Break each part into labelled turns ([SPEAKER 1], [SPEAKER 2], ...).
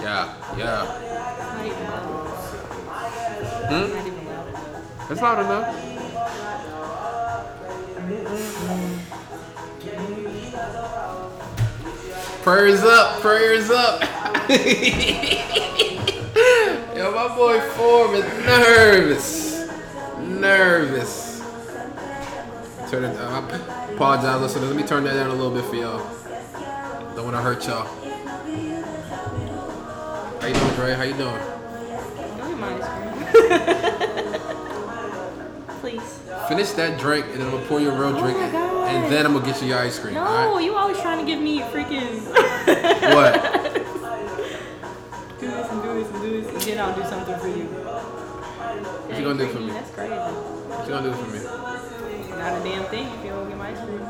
[SPEAKER 1] Yeah, yeah.
[SPEAKER 2] It's not even loud. It's
[SPEAKER 1] Hmm?
[SPEAKER 2] not even loud.
[SPEAKER 1] It's loud enough. Prayers up, prayers up. Yo, my boy Form is nervous. Nervous. Turn it down. I apologize, listeners. Let me turn that down a little bit for y'all. Don't want to hurt y'all. How you doing, Dre? How you doing?
[SPEAKER 2] Don't remind us. Please.
[SPEAKER 1] Finish that drink, and then I'm gonna pour you a real
[SPEAKER 2] Oh
[SPEAKER 1] drink,
[SPEAKER 2] my God.
[SPEAKER 1] and then I'm gonna get you your ice cream.
[SPEAKER 2] No,
[SPEAKER 1] all right?
[SPEAKER 2] you always trying to give me freaking.
[SPEAKER 1] What?
[SPEAKER 2] do this and do this and do this, and then I'll do something for you. What
[SPEAKER 1] you gonna do for me?
[SPEAKER 2] That's crazy. Not
[SPEAKER 1] What you gonna do for me?
[SPEAKER 2] a damn thing if you don't get my ice cream.
[SPEAKER 1] I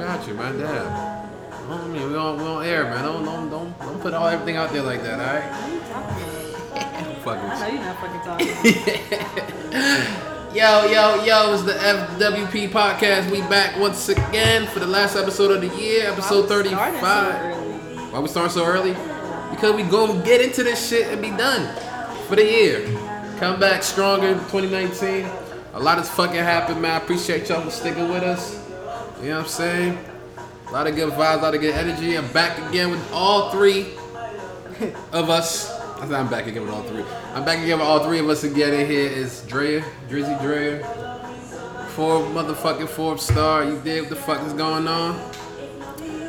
[SPEAKER 1] got you, man. Damn. I mean, we on we on air, man. Don't don't don't, don't put all everything out there like that, all
[SPEAKER 2] What are
[SPEAKER 1] right? Fuck
[SPEAKER 2] you talking about? I
[SPEAKER 1] it.
[SPEAKER 2] know you're not fucking talking.
[SPEAKER 1] Yo, yo, yo, it's the FWP podcast. We back once again for the last episode of the year, episode
[SPEAKER 2] Why we starting
[SPEAKER 1] 35.
[SPEAKER 2] so early?
[SPEAKER 1] Why we starting so early? Because we gonna get into this shit and be done for the year. Come back stronger 2019. A lot has fucking happened, man. I appreciate y'all for sticking with us. You know what I'm saying? A lot of good vibes, a lot of good energy. I'm back again with all three of us. I said I'm back again with all three. I'm back again with all three of us again in here. It's Drea, Drizzy Drea, Four motherfucking Forbes star. You dig what the fuck is going on?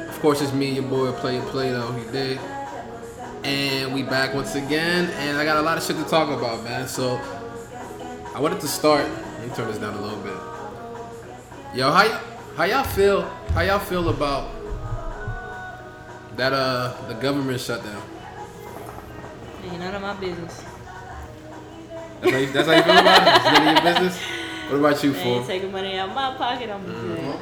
[SPEAKER 1] Of course, it's me, your boy, Play Play though. You dig? And we back once again, and I got a lot of shit to talk about, man. So I wanted to start. Let me turn this down a little bit. Yo, how y- how y'all feel? How y'all feel about that? Uh, the government shutdown.
[SPEAKER 2] Ain't none of my business.
[SPEAKER 1] That's how you, that's how you feel about it. It's none of your business. What about you,
[SPEAKER 2] They ain't
[SPEAKER 1] fool?
[SPEAKER 2] taking money out of my pocket. I'm
[SPEAKER 1] Mm-hmm.
[SPEAKER 2] good.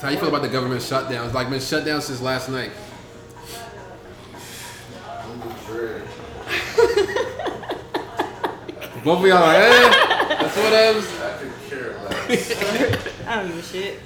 [SPEAKER 1] How you feel about the government shutdown? It's like been shut down since last night.
[SPEAKER 3] I'm the dread.
[SPEAKER 1] Both of y'all like, eh? That's what it is.
[SPEAKER 3] I could care less.
[SPEAKER 2] I don't give a shit.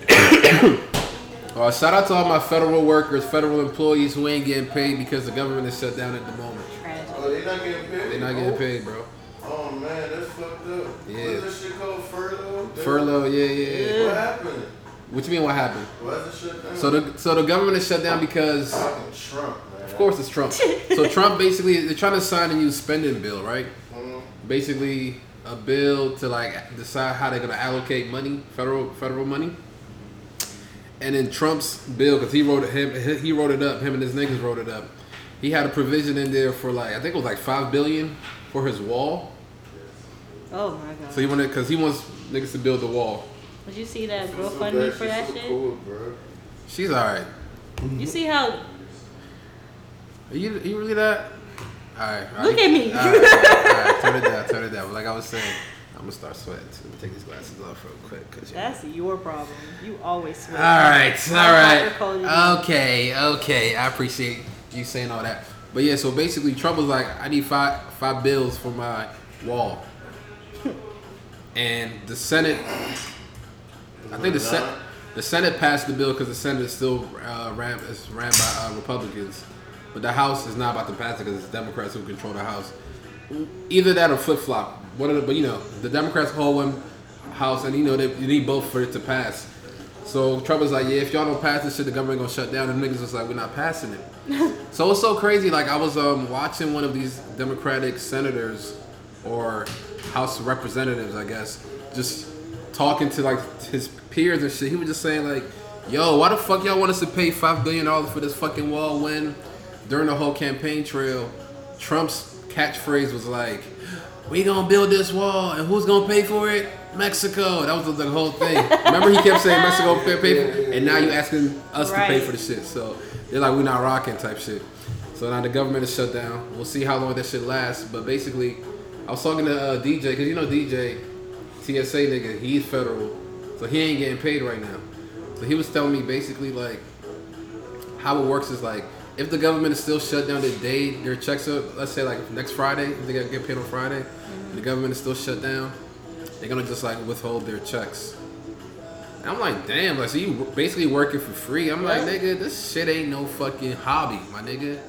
[SPEAKER 1] Uh, shout out to all my federal workers, federal employees who ain't getting paid because the government is shut down at the moment.
[SPEAKER 2] Tragic.
[SPEAKER 3] oh, they not getting paid?
[SPEAKER 1] They're not getting paid, bro.
[SPEAKER 3] Oh, man, that's fucked up.
[SPEAKER 1] Yeah.
[SPEAKER 3] What's that shit called? Furlough? They-
[SPEAKER 1] Furlough, yeah, yeah. yeah.
[SPEAKER 3] What happened?
[SPEAKER 1] What you mean? What happened?
[SPEAKER 3] Why is this shit down?
[SPEAKER 1] So the so the government is shut down because
[SPEAKER 3] Fucking Trump, man.
[SPEAKER 1] of course it's Trump. So Trump basically they're trying to sign a new spending bill, right?
[SPEAKER 3] Mhm.
[SPEAKER 1] Basically a bill to like decide how they're gonna allocate money, federal federal money. And in Trump's bill, because he wrote it, him he wrote it up, him and his niggas wrote it up. He had a provision in there for like I think it was like five billion for his wall.
[SPEAKER 2] Oh my god.
[SPEAKER 1] So he wanted because he wants niggas to build the wall.
[SPEAKER 2] Did you see that
[SPEAKER 3] She's so
[SPEAKER 2] GoFundMe
[SPEAKER 3] bad,
[SPEAKER 2] for
[SPEAKER 3] she's
[SPEAKER 2] that
[SPEAKER 3] so
[SPEAKER 2] shit?
[SPEAKER 3] Cool, bro.
[SPEAKER 1] She's alright.
[SPEAKER 2] You see how?
[SPEAKER 1] Are you, you really that? Alright. all right.
[SPEAKER 2] Look at me.
[SPEAKER 1] All right, all right, all right, turn it down, turn it down. But like I was saying, I'm gonna start sweating. So Let me take these glasses off real quick. Cause you-
[SPEAKER 2] That's your problem. You always swear.
[SPEAKER 1] all right,
[SPEAKER 2] I'm not
[SPEAKER 1] all
[SPEAKER 2] recording.
[SPEAKER 1] right. Okay, okay. I appreciate you saying all that. But yeah, so basically, Trump was like, I need five five bills for my wall, and the Senate. I think the Senate. The Senate passed the bill because the Senate is still uh, ran, is ran by uh, Republicans, but the House is not about to pass it because it's Democrats who control the House. Either that or flip flop. One of the, but you know, the Democrats hold one House, and you know they you need both for it to pass. So Trump is like, yeah, if y'all don't pass this shit, the government gonna shut down. And niggas was like, we're not passing it. so it's so crazy. Like I was um, watching one of these Democratic senators or House of Representatives, I guess, just talking to like his peers and shit. He was just saying like, yo, why the fuck y'all want us to pay five billion dollars for this fucking wall when during the whole campaign trail, Trump's catchphrase was like, we gonna build this wall and who's gonna pay for it? Mexico. That was the whole thing. Remember he kept saying Mexico pay, pay for it? And now you asking us to pay
[SPEAKER 2] Right.
[SPEAKER 1] for the shit. So they're like, we're not rocking type shit. So now the government is shut down. We'll see how long that shit lasts. But basically, I was talking to uh, DJ, because you know DJ, TSA nigga, he's federal. So he ain't getting paid right now. So he was telling me basically like, how it works is like if the government is still shut down the day their checks are let's say like next Friday, if they get paid on Friday, the government is still shut down, they're gonna just like withhold their checks. And I'm like, damn, like so you basically working for free. I'm like,
[SPEAKER 2] Right.
[SPEAKER 1] nigga, this shit ain't no fucking hobby, my nigga.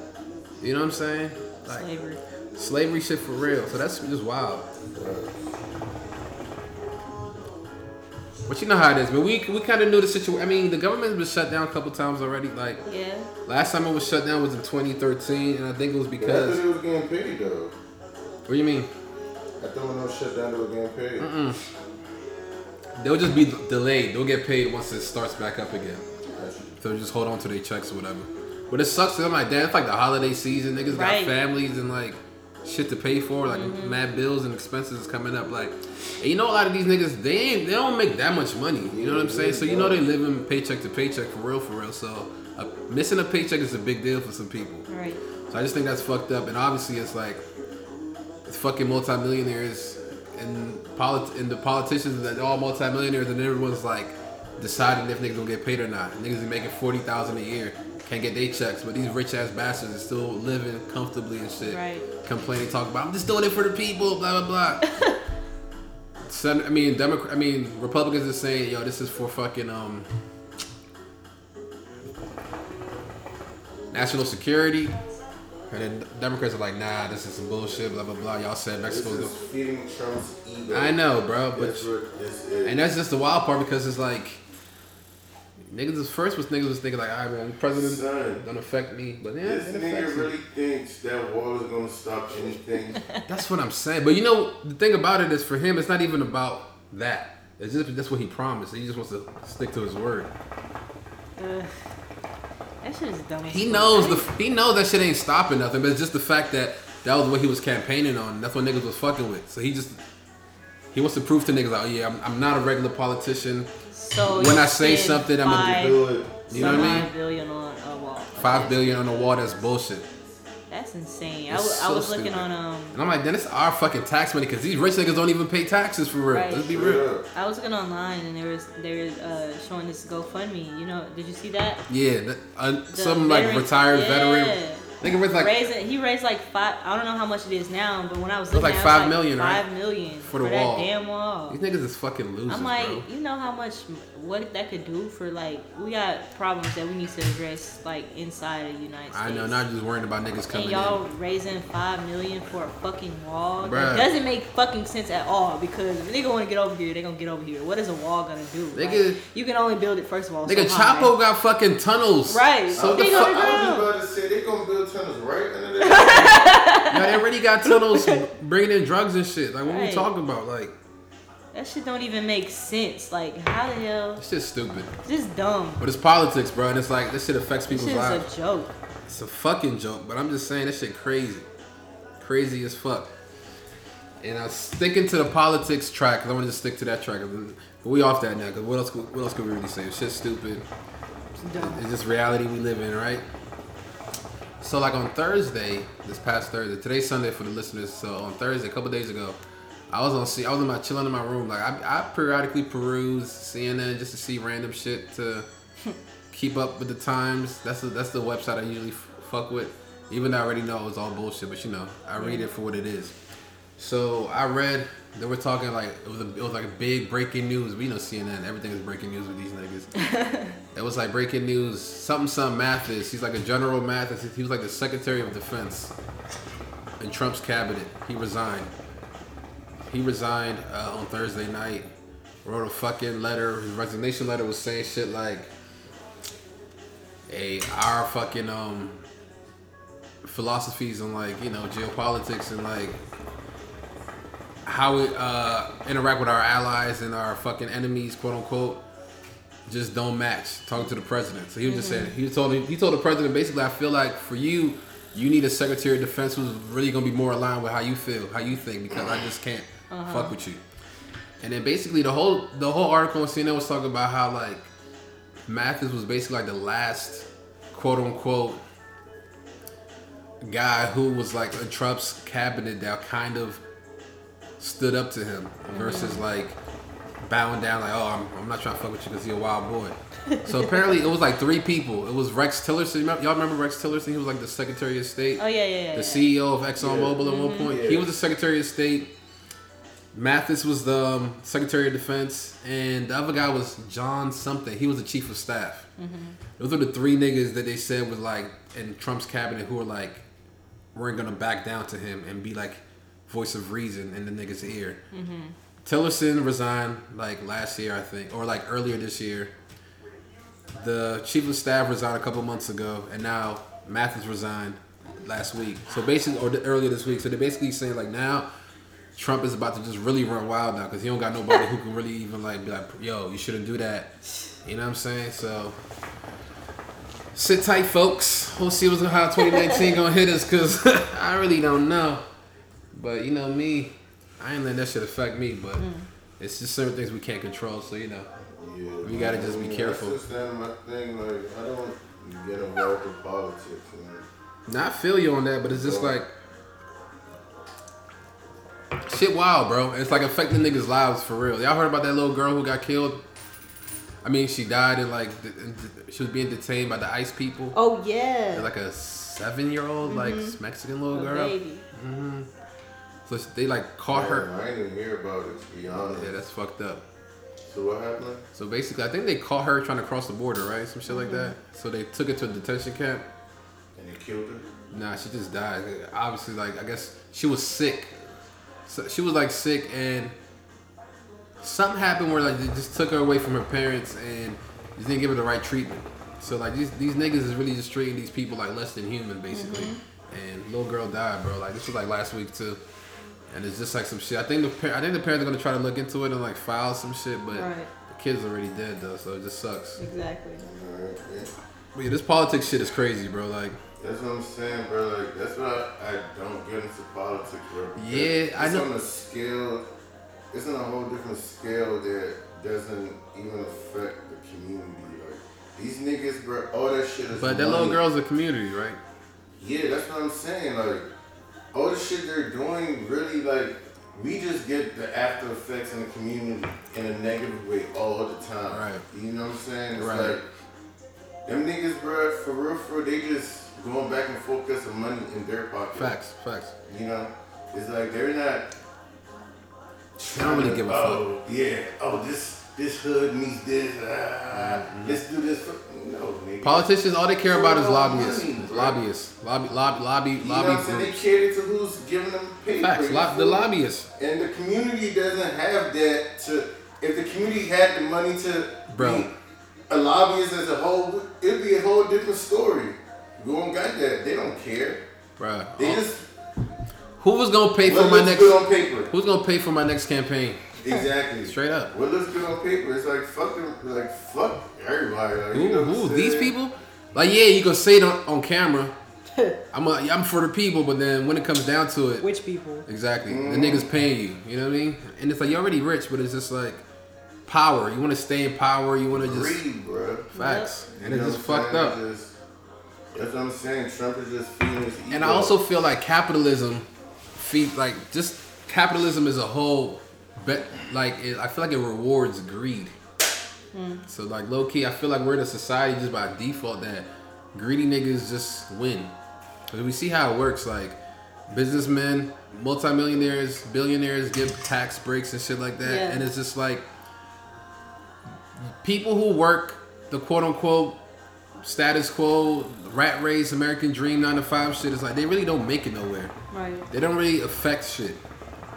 [SPEAKER 1] You know what I'm saying? Like
[SPEAKER 2] Slavery.
[SPEAKER 1] slavery shit for real. So that's just wild. But you know how it is, man. We we kind of knew the situation. I mean, the government's been shut down a couple times already. Like
[SPEAKER 2] Yeah.
[SPEAKER 1] last time it was shut down was in 2013, and I think it was
[SPEAKER 3] I thought
[SPEAKER 1] because.
[SPEAKER 3] it was getting paid though.
[SPEAKER 1] What do you mean?
[SPEAKER 3] I thought no shut down they were getting paid.
[SPEAKER 1] They'll just be delayed. They'll get paid once it starts back up again.
[SPEAKER 3] That's-
[SPEAKER 1] So just hold on to their checks or whatever. But it sucks. 'cause I'm like, damn, it's like the holiday season. Niggas got
[SPEAKER 2] Right.
[SPEAKER 1] families and like shit to pay for, like mad bills and expenses is coming up. Like, and you know, a lot of these niggas they ain't they don't make that much money. You know what I'm saying? So you know they living paycheck to paycheck for real, for real. So uh, missing a paycheck is a big deal for some people.
[SPEAKER 2] All right.
[SPEAKER 1] So I just think that's fucked up. And obviously, it's like it's fucking multimillionaires and polit- and the politicians that they're all multimillionaires and everyone's like deciding if niggas gonna get paid or not. Niggas be making forty thousand a year, can't get their checks, but these rich ass bastards are still living comfortably and shit.
[SPEAKER 2] Right.
[SPEAKER 1] Complaining, talking about I'm just doing it for the people, blah blah blah. Sen- I mean, Democrat. I mean, Republicans are saying, "Yo, this is for fucking um, national security." And then Democrats are like, "Nah, this is some bullshit." Blah blah blah. Y'all said
[SPEAKER 3] This
[SPEAKER 1] Mexico's.
[SPEAKER 3] is
[SPEAKER 1] Gonna-
[SPEAKER 3] feeding Trump's ego.
[SPEAKER 1] I know, bro, but
[SPEAKER 3] That's what this is.
[SPEAKER 1] and that's just the wild part because it's like niggas is first was niggas was thinking like, "All right, man, president
[SPEAKER 3] Son.
[SPEAKER 1] don't affect me," but yeah,
[SPEAKER 3] this
[SPEAKER 1] it affects
[SPEAKER 3] nigga
[SPEAKER 1] me.
[SPEAKER 3] really thinks that wall is gonna stop anything.
[SPEAKER 1] That's what I'm saying. But you know, the thing about it is for him, it's not even about that. It's just that's what he promised. He just wants to stick to his word.
[SPEAKER 2] Ugh. that shit is dumb. as
[SPEAKER 1] He
[SPEAKER 2] fuck.
[SPEAKER 1] knows the he knows that shit ain't stopping nothing. But it's just the fact that that was what he was campaigning on. That's what niggas was fucking with. So he just he wants to prove to niggas like, oh yeah, I'm, I'm not a regular politician.
[SPEAKER 2] So
[SPEAKER 1] when
[SPEAKER 2] you
[SPEAKER 1] I say
[SPEAKER 2] spend
[SPEAKER 1] something, I'ma
[SPEAKER 2] five
[SPEAKER 3] Do it.
[SPEAKER 1] You know what I mean?
[SPEAKER 2] some odd billion on a wall.
[SPEAKER 1] Five billion on the wall. That's bullshit.
[SPEAKER 2] That's insane. I,
[SPEAKER 1] It's
[SPEAKER 2] w- I
[SPEAKER 1] so
[SPEAKER 2] was looking
[SPEAKER 1] stupid.
[SPEAKER 2] on um.
[SPEAKER 1] And I'm like, then it's our fucking tax money because these rich niggas don't even pay taxes for real.
[SPEAKER 2] Right.
[SPEAKER 1] Let's be real.
[SPEAKER 2] I was looking online and there was there is uh showing this GoFundMe. You know, did you see that?
[SPEAKER 1] Yeah, that, uh,
[SPEAKER 2] The
[SPEAKER 1] some like
[SPEAKER 2] veteran-
[SPEAKER 1] retired
[SPEAKER 2] yeah.
[SPEAKER 1] veteran. Nigga was like
[SPEAKER 2] raising he raised like five I don't know how much it is now, but when I was
[SPEAKER 1] It was
[SPEAKER 2] looking
[SPEAKER 1] like
[SPEAKER 2] at
[SPEAKER 1] five
[SPEAKER 2] it, it was
[SPEAKER 1] million, right?
[SPEAKER 2] five million
[SPEAKER 1] For the
[SPEAKER 2] that
[SPEAKER 1] wall.
[SPEAKER 2] damn wall.
[SPEAKER 1] These niggas is fucking losers,
[SPEAKER 2] I'm like,
[SPEAKER 1] bro.
[SPEAKER 2] you know how much what that could do for like we got problems that we need to address like inside of the United States.
[SPEAKER 1] I know, not just worrying about niggas
[SPEAKER 2] and
[SPEAKER 1] coming
[SPEAKER 2] y'all
[SPEAKER 1] in.
[SPEAKER 2] raising five million for a fucking wall
[SPEAKER 1] Bruh.
[SPEAKER 2] that doesn't make fucking sense at all because if they gonna get over here, they gonna get over here. What is a wall gonna do?
[SPEAKER 1] They
[SPEAKER 2] Like,
[SPEAKER 1] get-
[SPEAKER 2] you can only build it first of all.
[SPEAKER 1] Nigga,
[SPEAKER 2] so high.
[SPEAKER 1] Chapo got fucking tunnels.
[SPEAKER 2] Right.
[SPEAKER 1] So the
[SPEAKER 2] They gonna
[SPEAKER 1] fuck?
[SPEAKER 2] go-
[SPEAKER 3] I was just about to say they gonna build tunnels right under there.
[SPEAKER 1] Yo, they already got tunnels bringing in drugs and shit. Like, what we
[SPEAKER 2] Right.
[SPEAKER 1] talking about? Like,
[SPEAKER 2] That shit don't even make sense. Like how the hell?
[SPEAKER 1] it's just stupid.
[SPEAKER 2] Just dumb.
[SPEAKER 1] But it's politics, bro, and it's like this shit affects
[SPEAKER 2] This
[SPEAKER 1] people's
[SPEAKER 2] shit
[SPEAKER 1] lives.
[SPEAKER 2] is a joke.
[SPEAKER 1] It's a fucking joke, but I'm just saying that shit crazy, crazy as fuck. And I'm sticking to the politics track because I want to just stick to that track. But we off that now because what else? could- What else could we really say? Shit's stupid. It's just reality we live in, right? So like on Thursday, this past Thursday, today's Sunday for the listeners. So on Thursday, a couple days ago, I was on C. I was in my chilling in my room. Like I, I periodically peruse CNN just to see random shit to keep up with the times. That's the, that's the website I usually f- fuck with. Even though I already know it's all bullshit, but you know I read it for what it is. So I read they were talking like it was a, it was like a big breaking news. We know CNN, everything is breaking news with these niggas. it was like breaking news. Something something Mathis. He's like a general Mathis. He was like the Secretary of Defense in Trump's cabinet. He resigned. He resigned uh, on Thursday night. Wrote a fucking letter. His resignation letter was saying shit like, "Hey, our fucking um philosophies and like you know geopolitics and like how we uh, interact with our allies and our fucking enemies, quote unquote, just don't match. Talking to the president, so he was just saying he told he told the president basically, I feel like for you, you need a secretary of defense who's really gonna be more aligned with how you feel, how you think, because I just can't fuck with you. And then basically the whole the whole article on CNN was talking about how like Mathis was basically like the last quote unquote guy who was like in Trump's cabinet that kind of stood up to him versus like bowing down like oh I'm, I'm not trying to fuck with you because you're a wild boy. so apparently it was like three people. It was Rex Tillerson. Remember- Y'all remember Rex Tillerson? He was like the Secretary of State
[SPEAKER 2] Oh yeah, Mm-hmm. yeah, yeah.
[SPEAKER 1] the E
[SPEAKER 2] yeah.
[SPEAKER 1] CEO of ExxonMobil at one point.
[SPEAKER 3] Yeah.
[SPEAKER 1] He was the Secretary of State. Mathis was the um, Secretary of Defense, and the other guy was John something. He was the Chief of Staff.
[SPEAKER 2] Mm-hmm.
[SPEAKER 1] Those are the three niggas that they said was like in Trump's cabinet who were like, weren't gonna back down to him and be like voice of reason in the niggas' ear.
[SPEAKER 2] Mm-hmm.
[SPEAKER 1] Tillerson resigned like last year, I think, or like earlier this year. The chief of staff resigned a couple months ago, and now Mathis resigned last week. So basically, or the, earlier this week. So they're basically saying like now Trump is about to just really run wild now because he don't got nobody who can really even like be like, yo, you shouldn't do that. You know what I'm saying? So sit tight, folks. We'll see what's gonna how 2019 gonna hit us because I really don't know. But you know me, I ain't letting that shit affect me. But it's just certain things we can't control. So you know,
[SPEAKER 3] Yeah,
[SPEAKER 1] We gotta just be
[SPEAKER 3] man,
[SPEAKER 1] careful.
[SPEAKER 3] That's just not my thing. Like, I don't get involved in politics, man.
[SPEAKER 1] now I feel you on that, but it's just like shit wild, bro. It's like affecting niggas' lives for real. Y'all heard about that little girl who got killed? I mean, she died in like the, in- she was being detained by the ICE people.
[SPEAKER 2] Oh yeah.
[SPEAKER 1] Like a seven-year-old, like Mexican little
[SPEAKER 2] A
[SPEAKER 1] girl.
[SPEAKER 2] baby.
[SPEAKER 1] So they like caught her.
[SPEAKER 3] Man, I didn't even hear about it, to be honest.
[SPEAKER 1] Yeah, that's fucked up.
[SPEAKER 3] So what happened?
[SPEAKER 1] So basically, I think they caught her trying to cross the border, right? Some shit like
[SPEAKER 2] Mm-hmm.
[SPEAKER 1] that. So they took her to a detention camp.
[SPEAKER 3] And they killed her?
[SPEAKER 1] Nah, she just died. Obviously, like I guess she was sick. So she was like sick, and something happened where like they just took her away from her parents and just didn't give her the right treatment. So like these these niggas is really just treating these people like less than human, basically. And little girl died, bro. Like this was like last week too. And it's just like some shit. I think the par- I think the parents are gonna try to look into it and like file some shit, but
[SPEAKER 2] Right.
[SPEAKER 1] the kid's already dead though, so it just sucks.
[SPEAKER 2] Exactly.
[SPEAKER 3] Alright, yeah.
[SPEAKER 1] But yeah, this politics shit is crazy, bro. Like
[SPEAKER 3] That's what I'm saying, bro. Like, that's why I, I don't get into politics, bro. because
[SPEAKER 1] Yeah, I
[SPEAKER 3] it's
[SPEAKER 1] know-
[SPEAKER 3] on a scale, it's on a whole different scale that doesn't even affect the community. Like, these niggas, bro, all that shit is.
[SPEAKER 1] But that little
[SPEAKER 3] money.
[SPEAKER 1] girl's a community, right?
[SPEAKER 3] Yeah, that's what I'm saying. Like, all the shit they're doing, really, like, we just get the after effects in the community in a negative way all the time.
[SPEAKER 1] Right.
[SPEAKER 3] You know what I'm saying? It's
[SPEAKER 1] Right.
[SPEAKER 3] like, them niggas, bro, for real, for real, they just going back and forth because of money in their pocket.
[SPEAKER 1] Facts, facts.
[SPEAKER 3] You know? It's like, they're not.
[SPEAKER 1] They don't really give a fuck.
[SPEAKER 3] oh, Yeah. Oh, this this hood needs this. Ah,
[SPEAKER 1] Mm-hmm.
[SPEAKER 3] Let's do this. For, no, nigga.
[SPEAKER 1] Politicians, all they care about is
[SPEAKER 3] They want
[SPEAKER 1] lobbyists.
[SPEAKER 3] money, bro.
[SPEAKER 1] Lobbyists. Lobby, lobby, lobby,
[SPEAKER 3] you know what
[SPEAKER 1] lobby
[SPEAKER 3] I'm saying? They
[SPEAKER 1] groups.
[SPEAKER 3] cater to who's giving them paper.
[SPEAKER 1] Facts.
[SPEAKER 3] you
[SPEAKER 1] Lo- the
[SPEAKER 3] fool.
[SPEAKER 1] lobbyists.
[SPEAKER 3] And the community doesn't have that to. If the community had the money to
[SPEAKER 1] Bro.
[SPEAKER 3] be a lobbyist as a whole, it'd be a whole different story. We don't got that. They don't care.
[SPEAKER 1] Bruh.
[SPEAKER 3] They just
[SPEAKER 1] Who was gonna Oh. pay for
[SPEAKER 3] what
[SPEAKER 1] my
[SPEAKER 3] looks
[SPEAKER 1] next?
[SPEAKER 3] good on paper.
[SPEAKER 1] Who's gonna pay for my next campaign?
[SPEAKER 3] Exactly.
[SPEAKER 1] Straight up.
[SPEAKER 3] What looks good on paper? It's like fuck them. Like fuck everybody. Like, you
[SPEAKER 1] Ooh,
[SPEAKER 3] know what I'm
[SPEAKER 1] ooh,
[SPEAKER 3] saying?
[SPEAKER 1] these people. Like, yeah, you can say it on, on camera. I'm a, I'm for the people, but then when it comes down to it,
[SPEAKER 2] Which people?
[SPEAKER 1] Exactly. The niggas paying you. You know what I mean? And it's like you're already rich, but it's just like power. You want to stay in power. You want to just
[SPEAKER 3] Greed, bro.
[SPEAKER 1] facts,
[SPEAKER 3] You
[SPEAKER 1] and
[SPEAKER 3] know
[SPEAKER 1] it's
[SPEAKER 3] what
[SPEAKER 1] just
[SPEAKER 3] I'm
[SPEAKER 1] fucked
[SPEAKER 3] saying?
[SPEAKER 1] up.
[SPEAKER 3] It's just- That's what I'm saying. Trump is just feeding his ego.
[SPEAKER 1] And I also feel like capitalism, feed like just capitalism as a whole, but like it, I feel like it rewards greed. So like low key, I feel like we're in a society just by default that greedy niggas just win. Cause we see how it works. Like businessmen, multimillionaires, billionaires get tax breaks and shit like that.
[SPEAKER 2] Yeah.
[SPEAKER 1] And it's just like people who work the quote unquote status quo, rat race, American dream, nine to five shit. It's like they really don't make it nowhere.
[SPEAKER 2] Right.
[SPEAKER 1] They don't really affect shit.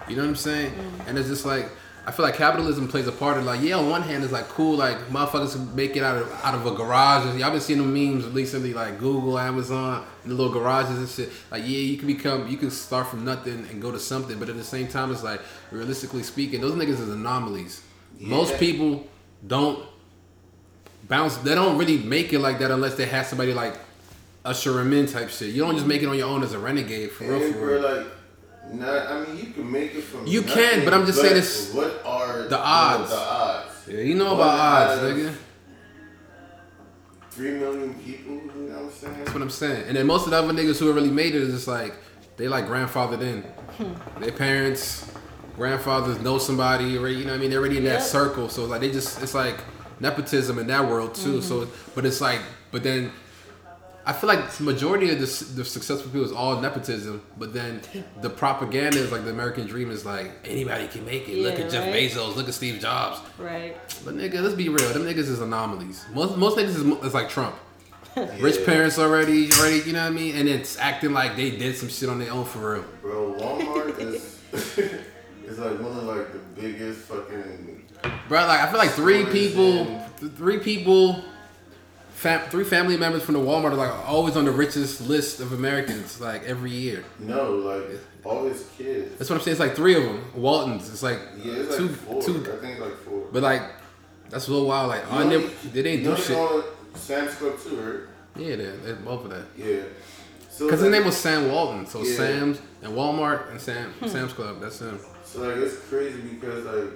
[SPEAKER 1] You know what I'm saying? And it's just like I feel like capitalism plays a part in like yeah. On one hand, it's like cool, like motherfuckers can make it out of out of a garage. And Y'all been seeing the memes recently, like Google, Amazon, and the little garages and shit. Like yeah, you can become, you can start from nothing and go to something. But at the same time, it's like realistically speaking, those niggas is anomalies. Most
[SPEAKER 3] Yeah.
[SPEAKER 1] people don't bounce. They don't really make it like that unless they have somebody like usher them in type shit. You don't just make it on your own as a renegade for real.
[SPEAKER 3] And
[SPEAKER 1] For
[SPEAKER 3] we're
[SPEAKER 1] real.
[SPEAKER 3] like, nah, I mean, you can make it from.
[SPEAKER 1] You
[SPEAKER 3] nothing,
[SPEAKER 1] can, but I'm just saying it's-
[SPEAKER 3] What are you know,
[SPEAKER 1] odds.
[SPEAKER 3] The odds.
[SPEAKER 1] Yeah, you know
[SPEAKER 3] One
[SPEAKER 1] about odds,
[SPEAKER 3] out of
[SPEAKER 1] nigga.
[SPEAKER 3] Three million people. You know what I'm saying?
[SPEAKER 1] That's what I'm saying. And then most of the other niggas who really made it is just like they like grandfathered in.
[SPEAKER 2] Hmm.
[SPEAKER 1] Their parents, grandfathers know somebody, or you know what I mean? They're already in that
[SPEAKER 2] Yep.
[SPEAKER 1] circle. So like they
[SPEAKER 2] Mm-hmm.
[SPEAKER 1] just it's like nepotism in that world too. So but it's like but then I feel like the majority of the, s- the successful people is all nepotism, but then the propaganda is like the American dream is like anybody can make it. look
[SPEAKER 2] Yeah,
[SPEAKER 1] at Jeff
[SPEAKER 2] right.
[SPEAKER 1] Bezos, look at Steve Jobs.
[SPEAKER 2] Right.
[SPEAKER 1] But nigga, let's be real. Them niggas is anomalies. Most most niggas is, mo- is like Trump. Rich parents already, already, you know what I mean? And it's acting like they did some shit on their own for real.
[SPEAKER 3] Bro, Walmart is is like one of like the biggest fucking.
[SPEAKER 1] Bro, like I feel like three
[SPEAKER 3] Stories
[SPEAKER 1] people,
[SPEAKER 3] and-
[SPEAKER 1] th- three people, fam- three family members from the Walmart are like always on the richest list of Americans like every year.
[SPEAKER 3] No, like all his kids.
[SPEAKER 1] That's what I'm saying. It's like three of them. Waltons. It's like
[SPEAKER 3] Yeah, it's like
[SPEAKER 1] two,
[SPEAKER 3] four.
[SPEAKER 1] two.
[SPEAKER 3] I think like four.
[SPEAKER 1] But like that's a little wild. Like
[SPEAKER 3] You
[SPEAKER 1] I
[SPEAKER 3] know,
[SPEAKER 1] never, they didn't
[SPEAKER 3] you know
[SPEAKER 1] do
[SPEAKER 3] they
[SPEAKER 1] shit.
[SPEAKER 3] call it Sam's Club too, right?
[SPEAKER 1] Yeah, they, they both of that.
[SPEAKER 3] Yeah. So
[SPEAKER 1] Cause his
[SPEAKER 3] like-
[SPEAKER 1] name was Sam Walton. So
[SPEAKER 3] Yeah.
[SPEAKER 1] Sam's and Walmart and Sam Sam's Club. That's him.
[SPEAKER 3] So like it's crazy because like